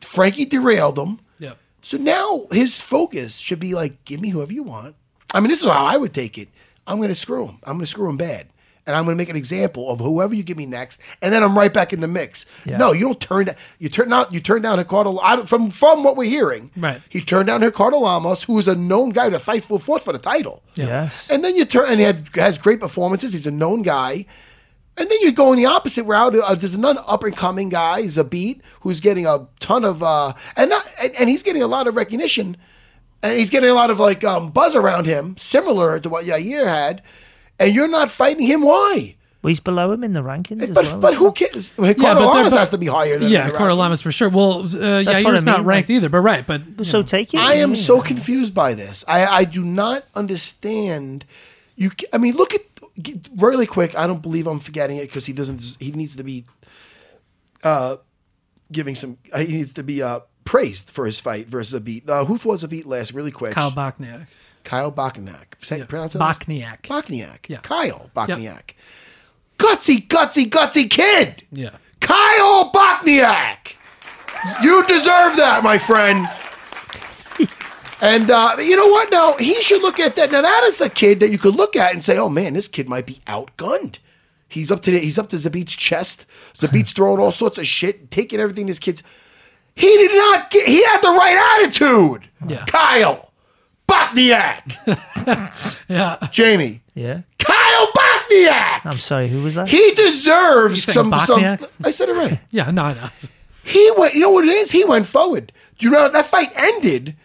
Frankie derailed him.
Yep.
So now his focus should be like, give me whoever you want. I mean, this is how I would take it. I'm going to screw him. I'm going to screw him bad. And I'm going to make an example of whoever you give me next, and then I'm right back in the mix.
Yeah.
No, you don't turn that. You turn out. You turn down Ricardo. I don't- From from what we're hearing,
Right.
He turned down Ricardo Lamas, who is a known guy to fight for fought for the title.
Yes.
And then you turn and he had, has great performances. He's a known guy. And then you're going the opposite route. Uh, there's another up and coming guy, Zabit, who's getting a ton of uh, and not and, and he's getting a lot of recognition, and he's getting a lot of like um, buzz around him, similar to what Yair had. And you're not fighting him. Why?
Well, he's below him in the rankings. as
But
well.
but who cares?
Yeah,
Ricardo
but they're
Lamas
both-
has to be higher. Than
yeah,
than
Corda Lamas for sure. Well, uh,
what I
Yair's not
mean,
ranked either, but right, but you know.
I am so confused by this. I I do not understand. You, c- I mean, look at get- really quick. I don't believe I'm forgetting it because he doesn't. He needs to be, uh, giving some. uh, He needs to be uh praised for his fight versus a beat. Uh, who fought a beat last? Really quick.
Kyle Bachniak.
Kyle Bachniak. Say- Pronounce it.
Bachniak.
Bachniak. Yeah. Kyle Bachniak. Gutsy, gutsy, gutsy kid.
Yeah.
Kyle Botniak. You deserve that, my friend. And uh, you know what? Now he should look at that. Now that is a kid that you could look at and say, "Oh man, this kid might be outgunned." He's up to the, he's up to Zabit's chest. Zabit's throwing all sorts of shit, taking everything this kid's. He did not get. He had the right attitude.
Yeah.
Kyle Botniak.
yeah.
<laughs>
Jamie.
Yeah.
Kyle Botniak.
I'm sorry. Who was that?
He deserves
Um, You
some.
saying
some
Botniak?
I said it right.
yeah,
<laughs>
no, I know.
He went. You know what it is? He went forward. Do you know that fight ended?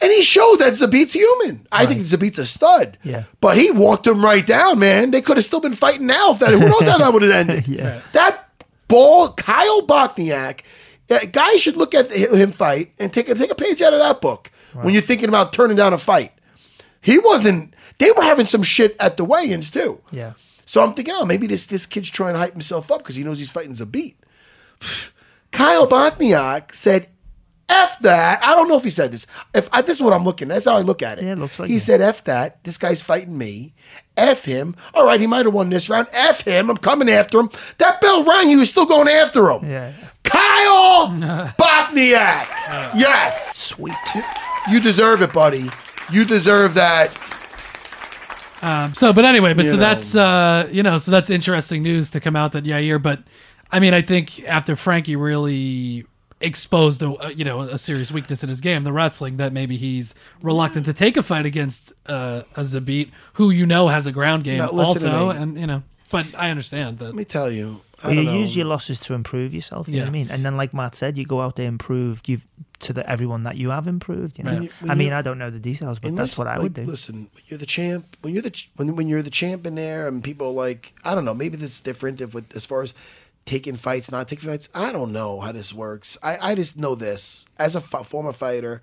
And he showed that Zabit's human. I think Zabit's a stud.
Yeah.
But he walked him right down, man. They could have still been fighting now if that. Who knows how that would have ended?
<laughs> Yeah. Right.
That ball, Kyle Botniak. That guy should look at hi- him fight and take a take a page out of that book when you're thinking about turning down a fight. He wasn't. They were having some shit at the weigh-ins too.
Yeah.
So I'm thinking, oh, maybe this this kid's trying to hype <sighs> himself up because he knows he's fighting Zabit. Kyle Botniak said F that. I don't know if he said this. If I, this is what I'm looking, that's how I look at it. Yeah, it looks like he said, "F that." This guy's fighting me. F him. All right, he might have won this round. F him. I'm coming after him. That bell rang. He was still going after him.
Yeah.
<laughs> Kyle Botniak. Yes.
Sweet.
You deserve it, buddy. You deserve that.
Um, so, but anyway, but
You
so
know.
that's uh, you know, so that's interesting news to come out that Yair. But I mean, I think after Frankie really exposed a uh, you know a serious weakness in his game, the wrestling, that maybe he's reluctant to take a fight against uh, a Zabit who you know has a ground game
Now, listen to
also,
me.
and you know. But I understand that. Let
me tell you,
Well, you use your losses to improve yourself. You know what I
Yeah.
mean? And then, like Matt said, you go out there improved. You've to the everyone that you have improved. You know,
When you- when
I mean,
you-
I don't know the details, but
Unless,
that's what I
like,
would do.
Listen, when you're the champ. When you're the ch- when when you're the champ in there, and people are like I don't know. Maybe this is different if with as far as taking fights, not taking fights. I don't know how this works. I I just know this as a fi- former fighter.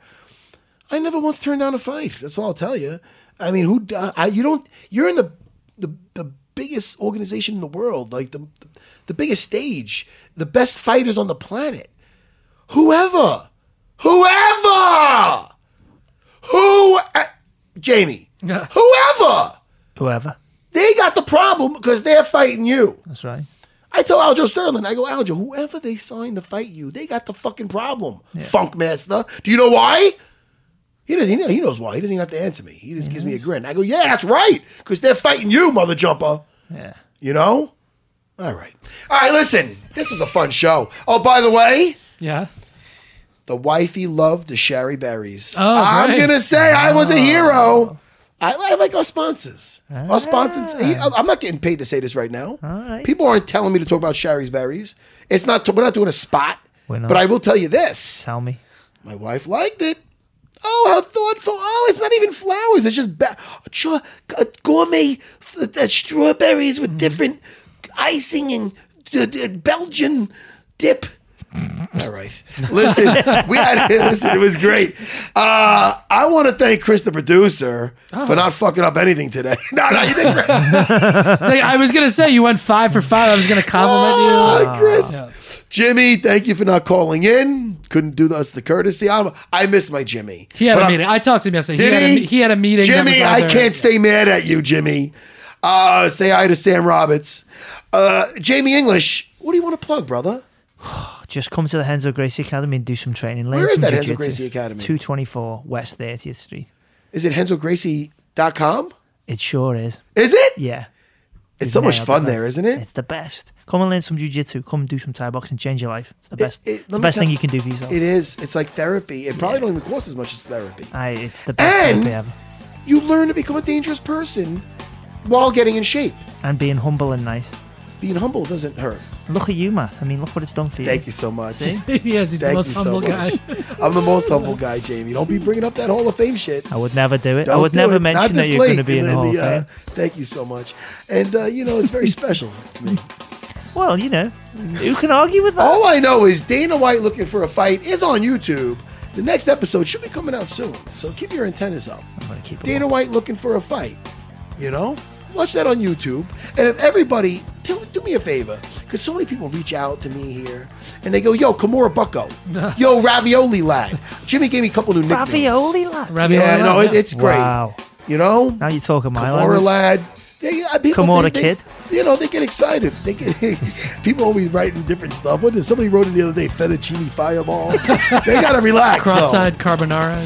I never once turned down a fight. That's all I'll tell you. I mean, who d- I, you don't you're in the the the biggest organization in the world, like the the biggest stage, the best fighters on the planet. Whoever, whoever, who, Jamie, whoever,
Whoever.
they got the problem because they're fighting you.
That's right.
I tell Aljo Sterling, I go, Aljo, whoever they sign to fight you, they got the fucking problem.
Yeah.
Funk master. Do you know why? He doesn't. He knows, he knows why. He doesn't even have to answer me. He just gives me a grin. I go, yeah, that's right, because they're fighting you, mother jumper.
Yeah.
You know. All right. All right. Listen, this was a fun show. Oh, by the way.
Yeah.
The wifey loved the Shari Berries.
Oh,
I'm
great.
gonna say I was a
Oh.
hero. I, I like our sponsors. Our sponsors. he- I'm not getting paid to say this right now. People aren't telling me to talk about Shari's berries. It's not. We're not doing a spot.
We're not.
But I will tell you this.
Tell me.
My wife liked it. Oh, how thoughtful! Oh, it's not even flowers. It's just ba- chua- uh, gourmet uh, uh, strawberries with different icing and d- d- Belgian dip. All right. Listen, we had <laughs> listen, it was great. Uh, I want to thank Chris, the producer, for not fucking up anything today. <laughs> no, no, you did great.
Like, I was gonna say you went five for five. I was gonna compliment you,
Oh, Chris. Jimmy, thank you for not calling in. Couldn't do us the courtesy. I'm, I miss my Jimmy.
He had
But
a
I'm-
meeting. I talked to him yesterday.
Did
he,
he?
Had a, he had a meeting. that was
Jimmy, I
either- <laughs>
can't stay mad at you, Jimmy. Uh, say hi to Sam Roberts. Uh, Jamie English, what do you want to plug, brother?
Just come to the Hensel Gracie Academy and do some training. Learn
Where is
some
that Hensel
jujitsu.
Gracie Academy?
224 West 30th Street.
Is it henselgracie.com?
It sure is.
Is it?
Yeah.
It's
You've
so much
nailed
fun
it, man.
there, isn't it?
It's the best. Come and learn some jujitsu. Come do some Thai boxing. Change your life. It's the best.
It-
it's
let
the
me
best thing
tell-
you can do for yourself.
It is. It's like therapy. It probably don't even cost as much as therapy.
I, it's the best
And-
therapy ever.
You learn to become a dangerous person while getting in shape.
And being humble and nice.
Being humble doesn't hurt.
Look at you, Matt. I mean, look what it's done for you.
Thank you so much.
See?
He is. He's the
Thank
most
you
humble guy.
much. I'm the most humble guy, Jamie. Don't be bringing up that Hall of Fame shit.
I would never do it. I
Don't
would
do
never
it. Not
mention that
this
you're going to
late
be in the Hall of
uh,
Fame.
Thank you so much. And, uh, you know, it's
<laughs>
very special to me.
Well, you know, who can argue with that?
All I know is Dana White looking for a fight is on YouTube. The next episode should be coming out soon. So keep your antennas up.
I'm going to keep it.
Dana White looking for a fight. You know? Watch that on YouTube. And if everybody, tell, do me a favor, because so many people reach out to me here and they go, yo, Kimura
<laughs>
Bucko. yo, Ravioli Lad. Jimmy gave me a couple new nicknames.
Ravioli lad.
yeah, no, it, it's great.
Wow.
You know?
Now you're talking my
Kimura
language.
Lad. They, uh, people,
Kimura
they- they-
Kid.
You know, they get excited. They get <laughs> people always writing different stuff. What did somebody wrote it the other day? Fettuccine Fireball. they gotta relax. though
Cross-eyed carbonara.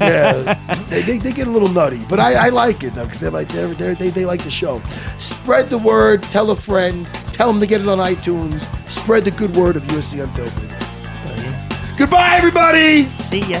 Yeah.
yeah, they, they, they get a little nutty, but I, I like it though because they're like they're, they're, they they like the show. Spread the word, tell a friend, tell them to get it on iTunes. Spread the good word of UFC Unfiltered. Goodbye, everybody.
See ya.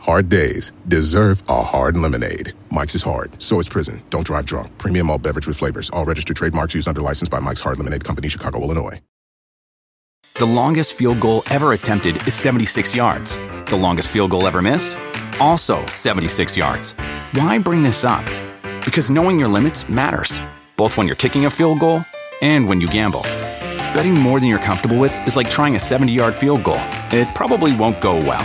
Hard days deserve a hard lemonade. Mike's is hard, so is prison. Don't drive drunk. Premium all beverage with flavors. All registered trademarks used under license by Mike's Hard Lemonade Company, Chicago, Illinois.
The longest field goal ever attempted is 76 yards. The longest field goal ever missed? Also 76 yards. Why bring this up? Because knowing your limits matters, both when you're kicking a field goal and when you gamble. Betting more than you're comfortable with is like trying a 70 yard field goal, it probably won't go well.